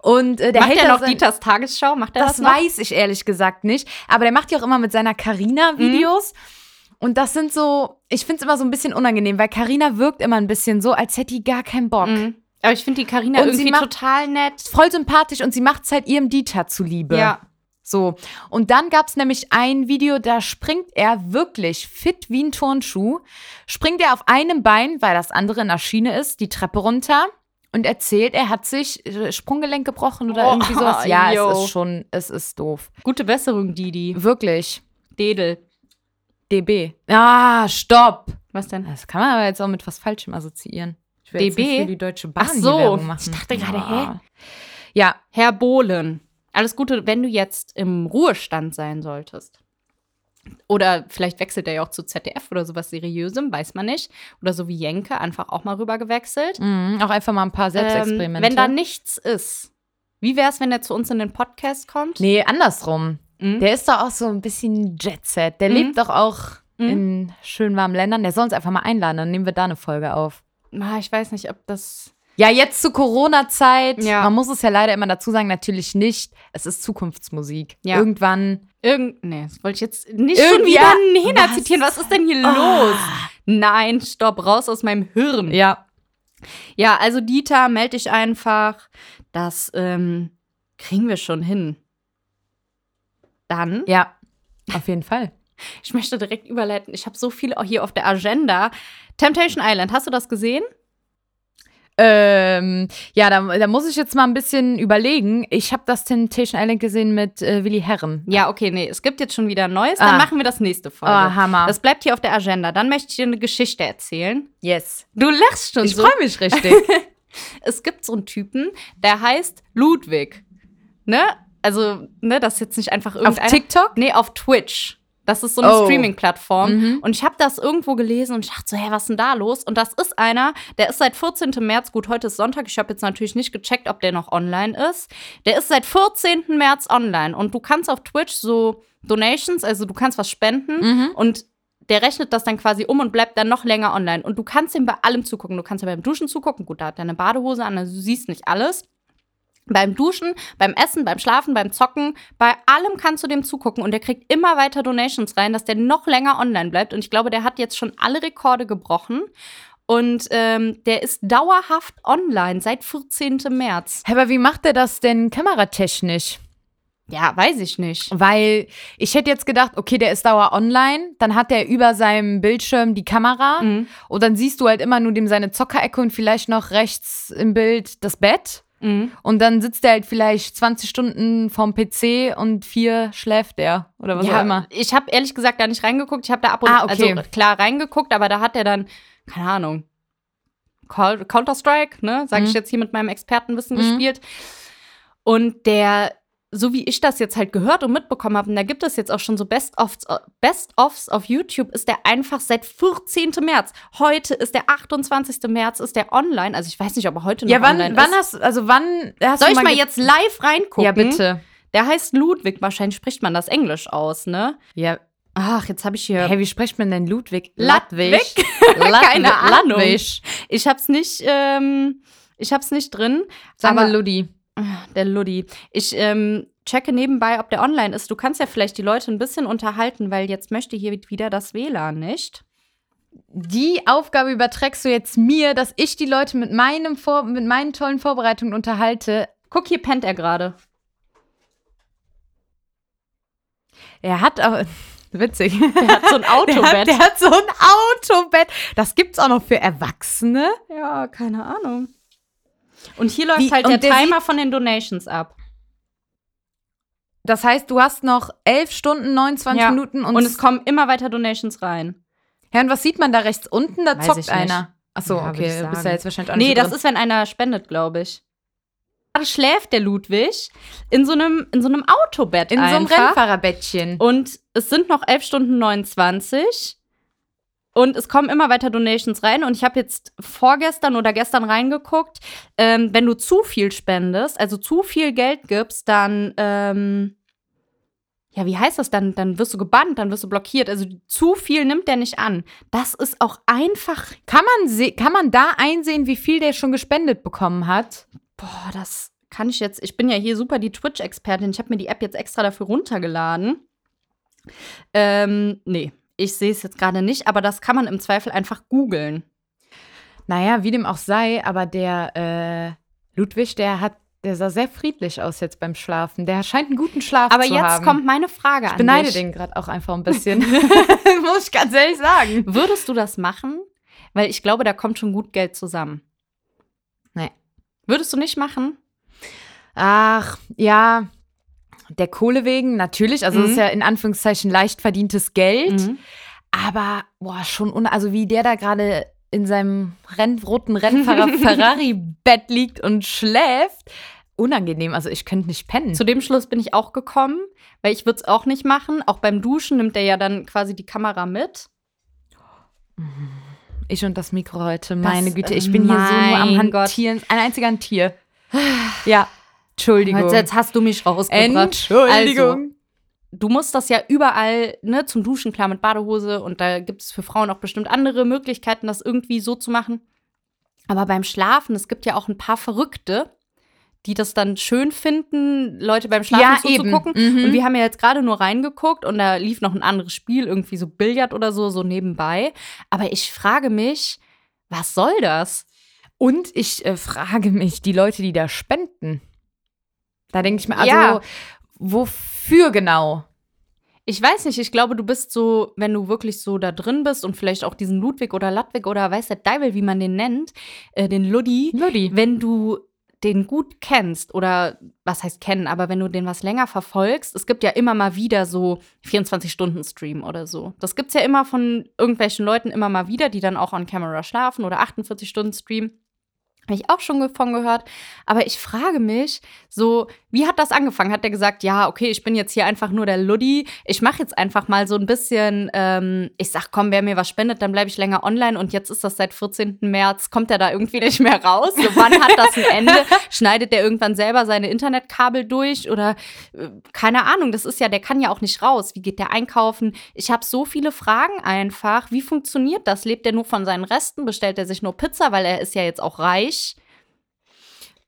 [SPEAKER 1] Und äh, der
[SPEAKER 2] Macht
[SPEAKER 1] hält
[SPEAKER 2] der
[SPEAKER 1] da
[SPEAKER 2] noch
[SPEAKER 1] sein-
[SPEAKER 2] Dieters Tagesschau? Macht er das,
[SPEAKER 1] Das
[SPEAKER 2] noch?
[SPEAKER 1] weiß ich ehrlich gesagt nicht. Aber der macht ja auch immer mit seiner
[SPEAKER 2] Mhm.
[SPEAKER 1] Carina Videos. Und das sind so, ich finde es immer so ein bisschen unangenehm, weil Carina wirkt immer ein bisschen so, als hätte die gar keinen Bock.
[SPEAKER 2] Mhm. Aber ich finde die Karina
[SPEAKER 1] Und sie
[SPEAKER 2] irgendwie
[SPEAKER 1] macht-
[SPEAKER 2] total nett.
[SPEAKER 1] Voll sympathisch und sie macht es halt ihrem Dieter zuliebe.
[SPEAKER 2] Ja.
[SPEAKER 1] So. Und dann gab es nämlich ein Video, da springt er wirklich fit wie ein Turnschuh. Springt er auf einem Bein, weil das andere in der Schiene ist, die Treppe runter und erzählt, er hat sich äh, Sprunggelenk gebrochen oder
[SPEAKER 2] Oh,
[SPEAKER 1] irgendwie sowas. Ja,
[SPEAKER 2] yo.
[SPEAKER 1] es ist schon, es ist doof.
[SPEAKER 2] Gute Besserung, Didi.
[SPEAKER 1] Wirklich.
[SPEAKER 2] Dedel.
[SPEAKER 1] DB. Ah, stopp.
[SPEAKER 2] Was denn?
[SPEAKER 1] Das kann man aber jetzt auch mit was Falschem assoziieren. Ich will jetzt
[SPEAKER 2] DB?
[SPEAKER 1] nicht für die Deutsche Bahn
[SPEAKER 2] Ach
[SPEAKER 1] hier
[SPEAKER 2] so.
[SPEAKER 1] Werbung machen.
[SPEAKER 2] Ich dachte gerade,
[SPEAKER 1] Ah. Ja,
[SPEAKER 2] Herr Bohlen. Alles Gute, wenn du jetzt im Ruhestand sein solltest. Oder vielleicht wechselt er ja auch zu ZDF oder sowas Seriösem, weiß man nicht. Oder so wie Jenke, einfach auch mal rüber gewechselt. Ähm,
[SPEAKER 1] mhm, auch einfach mal ein paar Selbstexperimente.
[SPEAKER 2] wenn da nichts ist, wie wäre es, wenn er zu uns in den Podcast kommt?
[SPEAKER 1] nee, andersrum.
[SPEAKER 2] Mhm.
[SPEAKER 1] Der ist doch auch so ein bisschen Jet-Set. Der
[SPEAKER 2] Mhm.
[SPEAKER 1] lebt doch auch
[SPEAKER 2] Mhm.
[SPEAKER 1] in schön warmen Ländern. Der soll uns einfach mal einladen, dann nehmen wir da eine Folge auf.
[SPEAKER 2] Ah, ich weiß nicht, ob das.
[SPEAKER 1] Ja, jetzt zur Corona-Zeit.
[SPEAKER 2] Ja.
[SPEAKER 1] Man muss es ja leider immer dazu sagen, natürlich nicht. Es ist Zukunftsmusik.
[SPEAKER 2] Ja.
[SPEAKER 1] Irgendwann.
[SPEAKER 2] Irgend. Nee, das wollte ich jetzt nicht schon
[SPEAKER 1] Irgend-
[SPEAKER 2] wieder
[SPEAKER 1] ja,
[SPEAKER 2] näher
[SPEAKER 1] was? Ah.
[SPEAKER 2] zitieren. Was ist denn hier los? Nein, stopp, raus aus meinem Hirn.
[SPEAKER 1] Ja.
[SPEAKER 2] Ja, also Dieter, melde dich einfach. Das ähm, kriegen wir schon hin. Dann,
[SPEAKER 1] Ja. Auf
[SPEAKER 2] (laughs)
[SPEAKER 1] jeden Fall.
[SPEAKER 2] ich möchte direkt überleiten. Ich habe so viel auch hier auf der Agenda. Temptation Island, hast du das gesehen?
[SPEAKER 1] Ähm, ja, da, da muss ich jetzt mal ein bisschen überlegen. Ich habe das Temptation Island gesehen mit äh, Willi Herren.
[SPEAKER 2] Ja, okay, nee, es gibt jetzt schon wieder Neues. Dann
[SPEAKER 1] Ah.
[SPEAKER 2] machen wir das nächste
[SPEAKER 1] Oh,
[SPEAKER 2] Folge.
[SPEAKER 1] Hammer.
[SPEAKER 2] Das bleibt hier auf der Agenda. Dann möchte ich dir eine Geschichte erzählen.
[SPEAKER 1] yes.
[SPEAKER 2] Du lachst schon
[SPEAKER 1] Ich
[SPEAKER 2] so.
[SPEAKER 1] freue
[SPEAKER 2] (laughs)
[SPEAKER 1] mich richtig.
[SPEAKER 2] Es gibt so einen Typen, der heißt Ludwig. Ne? Also, ne, das ist jetzt nicht einfach
[SPEAKER 1] Auf
[SPEAKER 2] irgendeiner.
[SPEAKER 1] TikTok?
[SPEAKER 2] Nee, auf Twitch. Das ist so eine
[SPEAKER 1] Oh.
[SPEAKER 2] Streaming-Plattform.
[SPEAKER 1] Mhm.
[SPEAKER 2] Und ich habe das irgendwo gelesen und ich dachte so, hä, was ist denn da los? Und das ist einer, der ist seit 14. März, gut, heute ist Sonntag, ich habe jetzt natürlich nicht gecheckt, ob der noch online ist. Der ist seit 14. März online und du kannst auf Twitch so Donations, also du kannst was spenden
[SPEAKER 1] Mhm.
[SPEAKER 2] und der rechnet das dann quasi um und bleibt dann noch länger online. Und du kannst ihm bei allem zugucken. Du kannst ihm beim Duschen zugucken. Gut, da hat er eine Badehose an, also du siehst nicht alles. Beim Duschen, beim Essen, beim Schlafen, beim Zocken, bei allem kannst du dem zugucken und der kriegt immer weiter Donations rein, dass der noch länger online bleibt. Und ich glaube, der hat jetzt schon alle Rekorde gebrochen und ähm, der ist dauerhaft online seit 14. März.
[SPEAKER 1] Aber wie macht er das denn kameratechnisch?
[SPEAKER 2] Ja, weiß ich nicht.
[SPEAKER 1] Weil ich hätte jetzt gedacht, okay, der ist dauer online, dann hat er über seinem Bildschirm die Kamera
[SPEAKER 2] Mhm.
[SPEAKER 1] und dann siehst du halt immer nur dem seine Zockerecke und vielleicht noch rechts im Bild das Bett.
[SPEAKER 2] Mhm.
[SPEAKER 1] Und dann sitzt er halt vielleicht 20 Stunden vorm PC und vier schläft er oder was auch immer.
[SPEAKER 2] Ich habe ehrlich gesagt da nicht reingeguckt. Ich habe da ab und
[SPEAKER 1] Ah, okay.
[SPEAKER 2] also klar reingeguckt, aber da hat er dann, keine Ahnung, Call- Counter-Strike, ne, sage ich
[SPEAKER 1] Mhm.
[SPEAKER 2] jetzt hier mit meinem Expertenwissen
[SPEAKER 1] Mhm.
[SPEAKER 2] gespielt. Und der, so wie ich das jetzt halt gehört und mitbekommen habe, und da gibt es jetzt auch schon so Best-ofs Best -ofs auf YouTube, ist der einfach seit 14. März. Heute ist der 28. März, ist der online. Also ich weiß nicht, ob er heute noch
[SPEAKER 1] Ja, wann,
[SPEAKER 2] online
[SPEAKER 1] wann
[SPEAKER 2] ist.
[SPEAKER 1] hast also wann hast
[SPEAKER 2] Soll
[SPEAKER 1] du
[SPEAKER 2] ich mal
[SPEAKER 1] ge-
[SPEAKER 2] jetzt live reingucken?
[SPEAKER 1] Ja, bitte.
[SPEAKER 2] Der heißt Ludwig, wahrscheinlich spricht man das Englisch aus, ne?
[SPEAKER 1] Ja.
[SPEAKER 2] Ach, jetzt habe ich hier.
[SPEAKER 1] Hey, wie spricht man denn Ludwig?
[SPEAKER 2] Ludwig? (laughs)
[SPEAKER 1] Ludwig.
[SPEAKER 2] Keine Ahnung.
[SPEAKER 1] Ludwig.
[SPEAKER 2] Ich hab's nicht, ähm, ich hab's nicht drin.
[SPEAKER 1] Sag
[SPEAKER 2] aber
[SPEAKER 1] mal Ludi.
[SPEAKER 2] Der Luddi. Ich ähm, checke nebenbei, ob der online ist. Du kannst ja vielleicht die Leute ein bisschen unterhalten, weil jetzt möchte hier wieder das WLAN nicht.
[SPEAKER 1] Die Aufgabe überträgst du jetzt mir, dass ich die Leute mit, meinem Vor mit meinen tollen Vorbereitungen unterhalte.
[SPEAKER 2] Guck, hier pennt er gerade.
[SPEAKER 1] Er hat aber. (laughs) Witzig.
[SPEAKER 2] Der hat
[SPEAKER 1] (laughs)
[SPEAKER 2] so ein
[SPEAKER 1] Der hat,
[SPEAKER 2] Autobett.
[SPEAKER 1] der hat so ein Autobett. Das gibt's auch noch für Erwachsene.
[SPEAKER 2] ja, keine Ahnung. Und hier läuft
[SPEAKER 1] Wie-
[SPEAKER 2] halt
[SPEAKER 1] und
[SPEAKER 2] der,
[SPEAKER 1] der
[SPEAKER 2] Timer von den Donations ab.
[SPEAKER 1] Das heißt, du hast noch 11 Stunden, 29
[SPEAKER 2] Ja.
[SPEAKER 1] Minuten und,
[SPEAKER 2] Und es kommen immer weiter Donations rein.
[SPEAKER 1] ja, und was sieht man da rechts unten? Da
[SPEAKER 2] Weiß
[SPEAKER 1] zockt
[SPEAKER 2] ich nicht.
[SPEAKER 1] einer. Achso,
[SPEAKER 2] Ja, würd ich
[SPEAKER 1] okay, du bist
[SPEAKER 2] sagen.
[SPEAKER 1] ja also jetzt wahrscheinlich auch nicht
[SPEAKER 2] Nee,
[SPEAKER 1] so
[SPEAKER 2] das
[SPEAKER 1] drin.
[SPEAKER 2] ist, wenn einer spendet, glaube ich. Gerade schläft der Ludwig in so einem, in so einem Autobett.
[SPEAKER 1] in so einem
[SPEAKER 2] einfach.
[SPEAKER 1] Rennfahrerbettchen.
[SPEAKER 2] Und es sind noch 11 Stunden 29. Und es kommen immer weiter Donations rein. Und ich habe jetzt vorgestern oder gestern reingeguckt. Ähm, wenn du zu viel spendest, also zu viel Geld gibst, dann. Ähm, ja, wie heißt das dann? Dann wirst du gebannt, dann wirst du blockiert. Also zu viel nimmt der nicht an. Das ist auch einfach.
[SPEAKER 1] Kann man, se- kann man da einsehen, wie viel der schon gespendet bekommen hat?
[SPEAKER 2] Boah, das kann ich jetzt. Ich bin ja hier super die Twitch-Expertin. Ich habe mir die App jetzt extra dafür runtergeladen. Ähm, nee, ich sehe es jetzt gerade nicht, aber das kann man im Zweifel einfach googeln. um
[SPEAKER 1] Naja, wie dem auch sei, aber der äh, Ludwig, der hat, der sah sehr friedlich aus jetzt beim Schlafen. Der scheint einen guten Schlaf
[SPEAKER 2] Aber
[SPEAKER 1] zu
[SPEAKER 2] jetzt
[SPEAKER 1] haben.
[SPEAKER 2] kommt meine Frage an
[SPEAKER 1] ich beneide
[SPEAKER 2] dich.
[SPEAKER 1] den gerade auch einfach
[SPEAKER 2] (laughs)
[SPEAKER 1] ein bisschen. (laughs) Muss ich ganz ehrlich sagen.
[SPEAKER 2] Würdest du das machen? Weil ich glaube, da kommt schon gut Geld zusammen.
[SPEAKER 1] Nee.
[SPEAKER 2] Würdest du nicht machen?
[SPEAKER 1] Ach, ja. Der Kohle wegen, natürlich. Also, das
[SPEAKER 2] Mhm.
[SPEAKER 1] ist ja in Anführungszeichen leicht verdientes Geld.
[SPEAKER 2] Mhm.
[SPEAKER 1] Aber, boah, schon, un also wie der da gerade in seinem Renn
[SPEAKER 2] (laughs)
[SPEAKER 1] roten Rennfahrer Ferrari-Bett liegt und schläft. Unangenehm. Also, ich könnte nicht pennen.
[SPEAKER 2] Zu dem Schluss bin ich auch gekommen, weil ich würde es auch nicht machen. Auch beim Duschen nimmt der ja dann quasi die Kamera mit.
[SPEAKER 1] Ich und das Mikro heute. Meine
[SPEAKER 2] Das- äh,
[SPEAKER 1] Güte, ich bin hier so nur am
[SPEAKER 2] mein Gott.
[SPEAKER 1] Hantieren. Ein einziger Hantier. Ja, Entschuldigung.
[SPEAKER 2] Jetzt, jetzt hast du mich rausgebracht. Also,
[SPEAKER 1] Entschuldigung.
[SPEAKER 2] du musst das ja überall ne, zum Duschen, klar mit Badehose und da gibt es für Frauen auch bestimmt andere Möglichkeiten, das irgendwie so zu machen. Aber beim Schlafen, es gibt ja auch ein paar Verrückte, die das dann schön finden, Leute beim Schlafen
[SPEAKER 1] Ja, eben.
[SPEAKER 2] zuzugucken.
[SPEAKER 1] Mhm.
[SPEAKER 2] Und wir haben ja jetzt gerade nur reingeguckt und da lief noch ein anderes Spiel, irgendwie so Billard oder so, so nebenbei. Aber ich frage mich, was soll das?
[SPEAKER 1] Und ich äh, frage mich, die Leute, die da spenden, da denke ich mir, also,
[SPEAKER 2] Ja.
[SPEAKER 1] wofür genau?
[SPEAKER 2] Ich weiß nicht, ich glaube, du bist so, wenn du wirklich so da drin bist und vielleicht auch diesen Ludwig oder Ludwig oder weiß der Deibel, wie man den nennt, äh, den Luddi,
[SPEAKER 1] Ludi.
[SPEAKER 2] wenn du den gut kennst oder was heißt kennen, aber wenn du den was länger verfolgst, es gibt ja immer mal wieder so 24-Stunden-Stream oder so. Das gibt's ja immer von irgendwelchen Leuten immer mal wieder, die dann auch on Camera schlafen oder 48-Stunden-Stream. Habe ich auch schon ge- von gehört. Aber ich frage mich, so, wie hat das angefangen? Hat der gesagt, ja, okay, ich bin jetzt hier einfach nur der Luddi. Ich mache jetzt einfach mal so ein bisschen, ähm, ich sag, komm, wer mir was spendet, dann bleibe ich länger online. Und jetzt ist das seit 14. März, kommt er da irgendwie nicht mehr raus? So, wann hat das ein Ende? Schneidet der irgendwann selber seine Internetkabel durch? Oder äh, keine Ahnung, das ist ja, der kann ja auch nicht raus. Wie geht der einkaufen? Ich habe so viele Fragen einfach. Wie funktioniert das? Lebt der nur von seinen Resten? Bestellt er sich nur Pizza, weil er ist ja jetzt auch reich?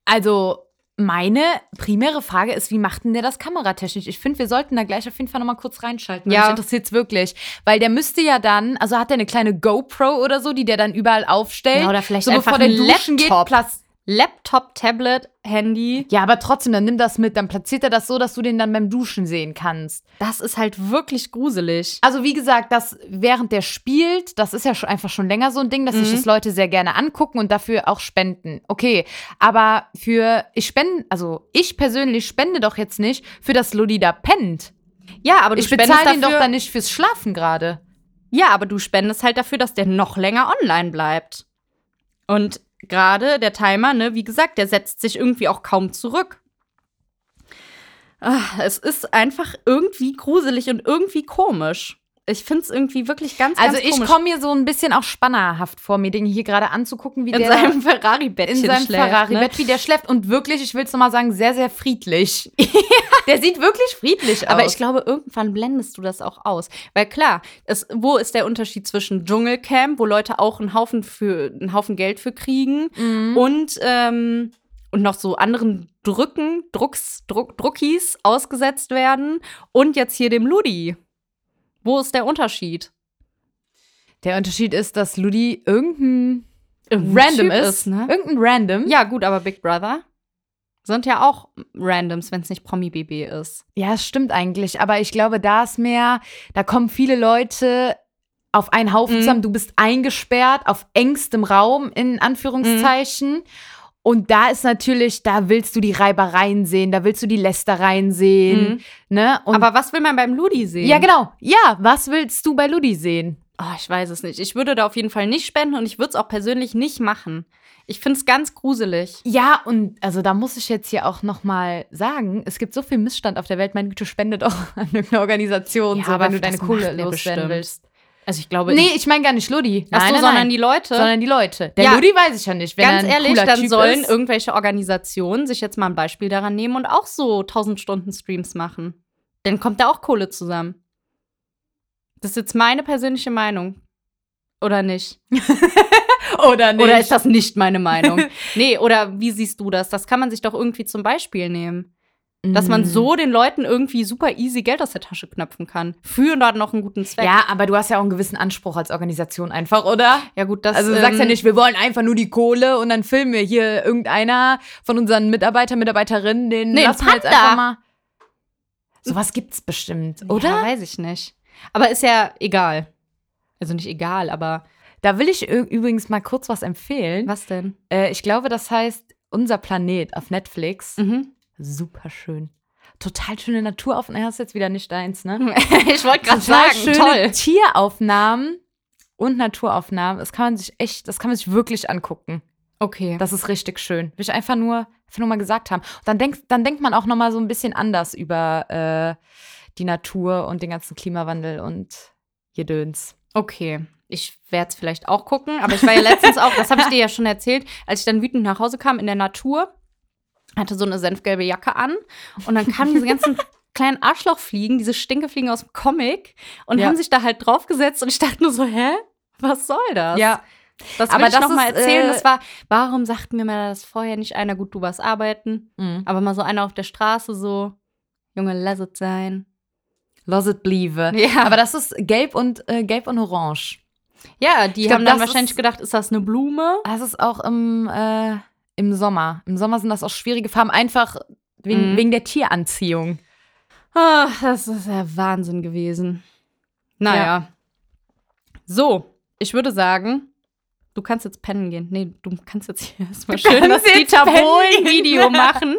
[SPEAKER 1] Also, meine primäre Frage ist, wie macht denn der das kameratechnisch? Ich finde, wir sollten da gleich auf jeden Fall nochmal kurz reinschalten. weil
[SPEAKER 2] Ja.
[SPEAKER 1] Mich interessiert's wirklich. Weil der müsste ja dann, also hat er eine kleine GoPro oder so, die der dann überall aufstellt.
[SPEAKER 2] Ja, oder vielleicht
[SPEAKER 1] so
[SPEAKER 2] einfach
[SPEAKER 1] bevor der
[SPEAKER 2] ein
[SPEAKER 1] Duschen geht,
[SPEAKER 2] Laptop.
[SPEAKER 1] Platz.
[SPEAKER 2] Laptop, Tablet, Handy.
[SPEAKER 1] Ja, aber trotzdem, dann nimm das mit, dann platziert er das so, dass du den dann beim Duschen sehen kannst.
[SPEAKER 2] Das ist halt wirklich gruselig.
[SPEAKER 1] Also wie gesagt, das während der spielt, das ist ja schon einfach schon länger so ein Ding, dass sich
[SPEAKER 2] Mhm.
[SPEAKER 1] das Leute sehr gerne angucken und dafür auch spenden. Okay, aber für ich spende, also ich persönlich spende doch jetzt nicht für das Ludi da pennt.
[SPEAKER 2] Ja, aber du
[SPEAKER 1] Ich
[SPEAKER 2] spendest
[SPEAKER 1] bezahle den doch
[SPEAKER 2] dafür,
[SPEAKER 1] dann nicht fürs Schlafen gerade.
[SPEAKER 2] Ja, aber du spendest halt dafür, dass der noch länger online bleibt. Und gerade der Timer, ne, wie gesagt, der setzt sich irgendwie auch kaum zurück. Ah, es ist einfach irgendwie gruselig und irgendwie komisch. Ich finde es irgendwie wirklich ganz,
[SPEAKER 1] Also
[SPEAKER 2] ganz
[SPEAKER 1] ich
[SPEAKER 2] komisch.
[SPEAKER 1] komme mir so ein bisschen auch spannerhaft vor mir, den hier gerade anzugucken, wie
[SPEAKER 2] in
[SPEAKER 1] der
[SPEAKER 2] seinem Ferrari-Bettchen
[SPEAKER 1] in seinem
[SPEAKER 2] schläft, ne?
[SPEAKER 1] Ferrari-Bett, wie der schläft. Und wirklich, ich will es nochmal sagen, sehr,
[SPEAKER 2] (laughs)
[SPEAKER 1] sehr friedlich. Der sieht wirklich friedlich aus.
[SPEAKER 2] Aber ich glaube, irgendwann blendest du das auch aus. Weil klar, es, wo ist der Unterschied zwischen
[SPEAKER 1] Mm. Mhm.
[SPEAKER 2] Dschungelcamp, wo Leute auch einen Haufen, für, einen Haufen Geld für kriegen, und, ähm, und noch so anderen Drücken, Drucks, Druck, Druckis ausgesetzt werden und jetzt hier dem Ludi. Wo ist der Unterschied?
[SPEAKER 1] Der Unterschied ist, dass Ludi irgendein
[SPEAKER 2] Irgendein
[SPEAKER 1] Random
[SPEAKER 2] Typ
[SPEAKER 1] ist. Mhm.
[SPEAKER 2] ne?
[SPEAKER 1] Irgendein Random.
[SPEAKER 2] Ja, gut, aber Big Brother sind ja auch Randoms, wenn es nicht Promi-BB ist.
[SPEAKER 1] Ja, es stimmt eigentlich. Aber ich glaube, da ist mehr, da kommen viele Leute auf einen Haufen
[SPEAKER 2] Mhm.
[SPEAKER 1] zusammen. Du bist eingesperrt auf engstem Raum, in Anführungszeichen. Und da ist natürlich, da willst du die Reibereien sehen, da willst du die Lästereien sehen. Ne? Und
[SPEAKER 2] Mhm. aber was will man beim Ludi sehen?
[SPEAKER 1] ja, genau. Ja, was willst du bei Ludi sehen?
[SPEAKER 2] Oh, ich weiß es nicht. Ich würde da auf jeden Fall nicht spenden und ich würde es auch persönlich nicht machen. Ich finde es ganz gruselig.
[SPEAKER 1] Ja, und also da muss ich jetzt hier auch nochmal sagen, es gibt so viel Missstand auf der Welt, meine Güte, spendet auch (laughs) an irgendeine Organisation,
[SPEAKER 2] Ja,
[SPEAKER 1] so,
[SPEAKER 2] aber
[SPEAKER 1] wenn du
[SPEAKER 2] das
[SPEAKER 1] deine
[SPEAKER 2] macht
[SPEAKER 1] Kohle
[SPEAKER 2] der
[SPEAKER 1] loswerden
[SPEAKER 2] bestimmt.
[SPEAKER 1] willst.
[SPEAKER 2] Also ich glaube,
[SPEAKER 1] Nee, ich meine gar nicht Ludi.
[SPEAKER 2] Ach so,
[SPEAKER 1] nein, nein,
[SPEAKER 2] sondern
[SPEAKER 1] nein.
[SPEAKER 2] die Leute.
[SPEAKER 1] sondern die Leute. Der
[SPEAKER 2] Ja.
[SPEAKER 1] Ludi weiß ich ja nicht. Wenn
[SPEAKER 2] Ganz
[SPEAKER 1] er ein
[SPEAKER 2] ehrlich,
[SPEAKER 1] cooler
[SPEAKER 2] dann
[SPEAKER 1] typ
[SPEAKER 2] sollen
[SPEAKER 1] ist.
[SPEAKER 2] irgendwelche Organisationen sich jetzt mal ein Beispiel daran nehmen und auch so 1000 Stunden Streams machen. Dann kommt da auch Kohle zusammen. Das ist jetzt meine persönliche Meinung. Oder nicht?
[SPEAKER 1] (laughs) oder nicht.
[SPEAKER 2] Oder ist das nicht meine
[SPEAKER 1] (laughs)
[SPEAKER 2] Meinung? nee, oder wie siehst du das? Das kann man sich doch irgendwie zum Beispiel nehmen. Dass man
[SPEAKER 1] Mhm.
[SPEAKER 2] so den Leuten irgendwie super easy Geld aus der Tasche knöpfen kann. Für und hat noch einen guten Zweck.
[SPEAKER 1] Ja, aber du hast ja auch einen gewissen Anspruch als Organisation einfach, oder?
[SPEAKER 2] Ja, gut, das ähm,
[SPEAKER 1] Also du sagst ja nicht, wir wollen einfach nur die Kohle und dann filmen wir hier irgendeiner von unseren Mitarbeiter, Mitarbeiterinnen, den
[SPEAKER 2] Nee, ein
[SPEAKER 1] lassen wir jetzt
[SPEAKER 2] Panda.
[SPEAKER 1] einfach mal. Sowas gibt's bestimmt,
[SPEAKER 2] oder?
[SPEAKER 1] oder?
[SPEAKER 2] Ja, weiß ich nicht. Aber ist ja egal. Also nicht egal, aber
[SPEAKER 1] Da will ich ü- übrigens mal kurz was empfehlen.
[SPEAKER 2] was denn?
[SPEAKER 1] Äh, ich glaube, das heißt Unser Planet auf Netflix.
[SPEAKER 2] Mhm. (laughs)
[SPEAKER 1] Super schön. Total schöne Naturaufnahmen. Hast jetzt wieder nicht deins, ne?
[SPEAKER 2] ich wollte gerade Hm,
[SPEAKER 1] Total
[SPEAKER 2] sagen,
[SPEAKER 1] schöne
[SPEAKER 2] toll.
[SPEAKER 1] Tieraufnahmen und Naturaufnahmen. Das kann man sich echt, das kann man sich wirklich angucken.
[SPEAKER 2] Okay.
[SPEAKER 1] Das ist richtig schön. Will ich einfach nur, einfach nur mal gesagt haben. Und dann denkt, dann denkt man auch noch mal so ein bisschen anders über äh, die Natur und den ganzen Klimawandel und Gedöns.
[SPEAKER 2] Okay. Ich werde es vielleicht auch gucken, aber ich war ja letztens auch, das habe ich dir ja schon erzählt, als ich dann wütend nach Hause kam in der Natur, hatte so eine senfgelbe Jacke an und dann kamen diese (laughs) ganzen kleinen Arschlochfliegen, diese Stinkefliegen aus dem Comic und
[SPEAKER 1] Ja.
[SPEAKER 2] haben sich da halt draufgesetzt und ich dachte nur so, hä? Was soll das? das will
[SPEAKER 1] aber
[SPEAKER 2] aber ich
[SPEAKER 1] das
[SPEAKER 2] noch mal
[SPEAKER 1] ist,
[SPEAKER 2] erzählen.
[SPEAKER 1] äh,
[SPEAKER 2] das war, warum sagten mir mal das vorher nicht einer, gut, du warst arbeiten,
[SPEAKER 1] Mhm.
[SPEAKER 2] aber mal so einer auf der Straße so, Junge, lass es sein.
[SPEAKER 1] Lass it blive.
[SPEAKER 2] Ja,
[SPEAKER 1] Aber das ist gelb und, äh, gelb und orange.
[SPEAKER 2] ja die
[SPEAKER 1] Ich glaub,
[SPEAKER 2] haben dann
[SPEAKER 1] das ist-
[SPEAKER 2] wahrscheinlich gedacht, ist das eine Blume?
[SPEAKER 1] Das ist auch im, äh, im Sommer. Im Sommer sind das auch schwierige Farben, einfach wegen,
[SPEAKER 2] Mhm.
[SPEAKER 1] wegen der Tieranziehung.
[SPEAKER 2] Ah, das ist ja Wahnsinn gewesen. Naja. So, ich würde sagen, du kannst jetzt pennen gehen. Nee, du kannst jetzt hier (laughs) erstmal schön das
[SPEAKER 1] kannst jetzt
[SPEAKER 2] Dieter
[SPEAKER 1] pennen
[SPEAKER 2] Bohlen-Video machen.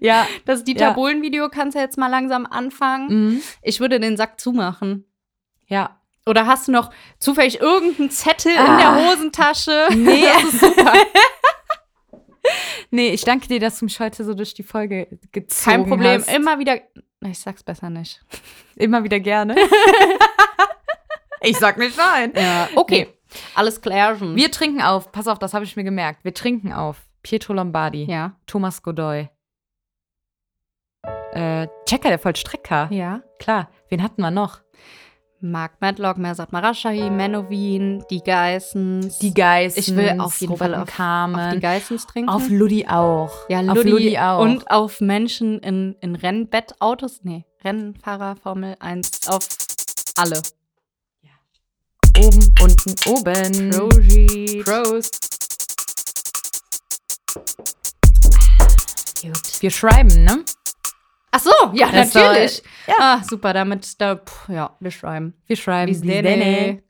[SPEAKER 1] Ja.
[SPEAKER 2] Das Dieter
[SPEAKER 1] Ja.
[SPEAKER 2] Bohlen-Video kannst du jetzt mal langsam anfangen.
[SPEAKER 1] Mhm.
[SPEAKER 2] Ich würde den Sack zumachen.
[SPEAKER 1] Ja.
[SPEAKER 2] Oder hast du noch zufällig irgendeinen Zettel in
[SPEAKER 1] Ah.
[SPEAKER 2] der Hosentasche?
[SPEAKER 1] Nee.
[SPEAKER 2] (laughs) Das ist super.
[SPEAKER 1] Nee, ich danke dir, dass du mich heute so durch die Folge gezogen
[SPEAKER 2] Kein Problem.
[SPEAKER 1] hast.
[SPEAKER 2] Immer wieder. Ich sag's besser nicht.
[SPEAKER 1] Immer wieder gerne. (laughs) Mhm. ich sag nicht nein.
[SPEAKER 2] Ja, okay. Alles klar.
[SPEAKER 1] Wir trinken auf. Pass auf, das habe ich mir gemerkt. Wir trinken auf. Pietro Lombardi,
[SPEAKER 2] ja.
[SPEAKER 1] Thomas Godoy. Äh, Checker, der Vollstrecker.
[SPEAKER 2] Ja.
[SPEAKER 1] Klar. Wen hatten wir noch?
[SPEAKER 2] Mark Medlock, Mersat Marashahi, Menowin, die Geissens.
[SPEAKER 1] Die Geissens.
[SPEAKER 2] Ich will auf jeden
[SPEAKER 1] Robert
[SPEAKER 2] Fall
[SPEAKER 1] und
[SPEAKER 2] auf-
[SPEAKER 1] Carmen.
[SPEAKER 2] Auf die Geissens trinken.
[SPEAKER 1] Auf Ludi auch.
[SPEAKER 2] ja, Ludi,
[SPEAKER 1] auf Ludi auch.
[SPEAKER 2] Und auf Menschen in, in Rennbettautos. Nee, Rennfahrer, Formel 1. Auf alle.
[SPEAKER 1] oben, unten, oben.
[SPEAKER 2] Proji.
[SPEAKER 1] Prost.
[SPEAKER 2] Gut.
[SPEAKER 1] Wir schreiben, ne?
[SPEAKER 2] Ach so, ja,
[SPEAKER 1] Das
[SPEAKER 2] natürlich.
[SPEAKER 1] soll-
[SPEAKER 2] Ah, super, damit, da, pff, ja, wir schreiben.
[SPEAKER 1] Ähm, Wir schreiben.
[SPEAKER 2] Bis denne.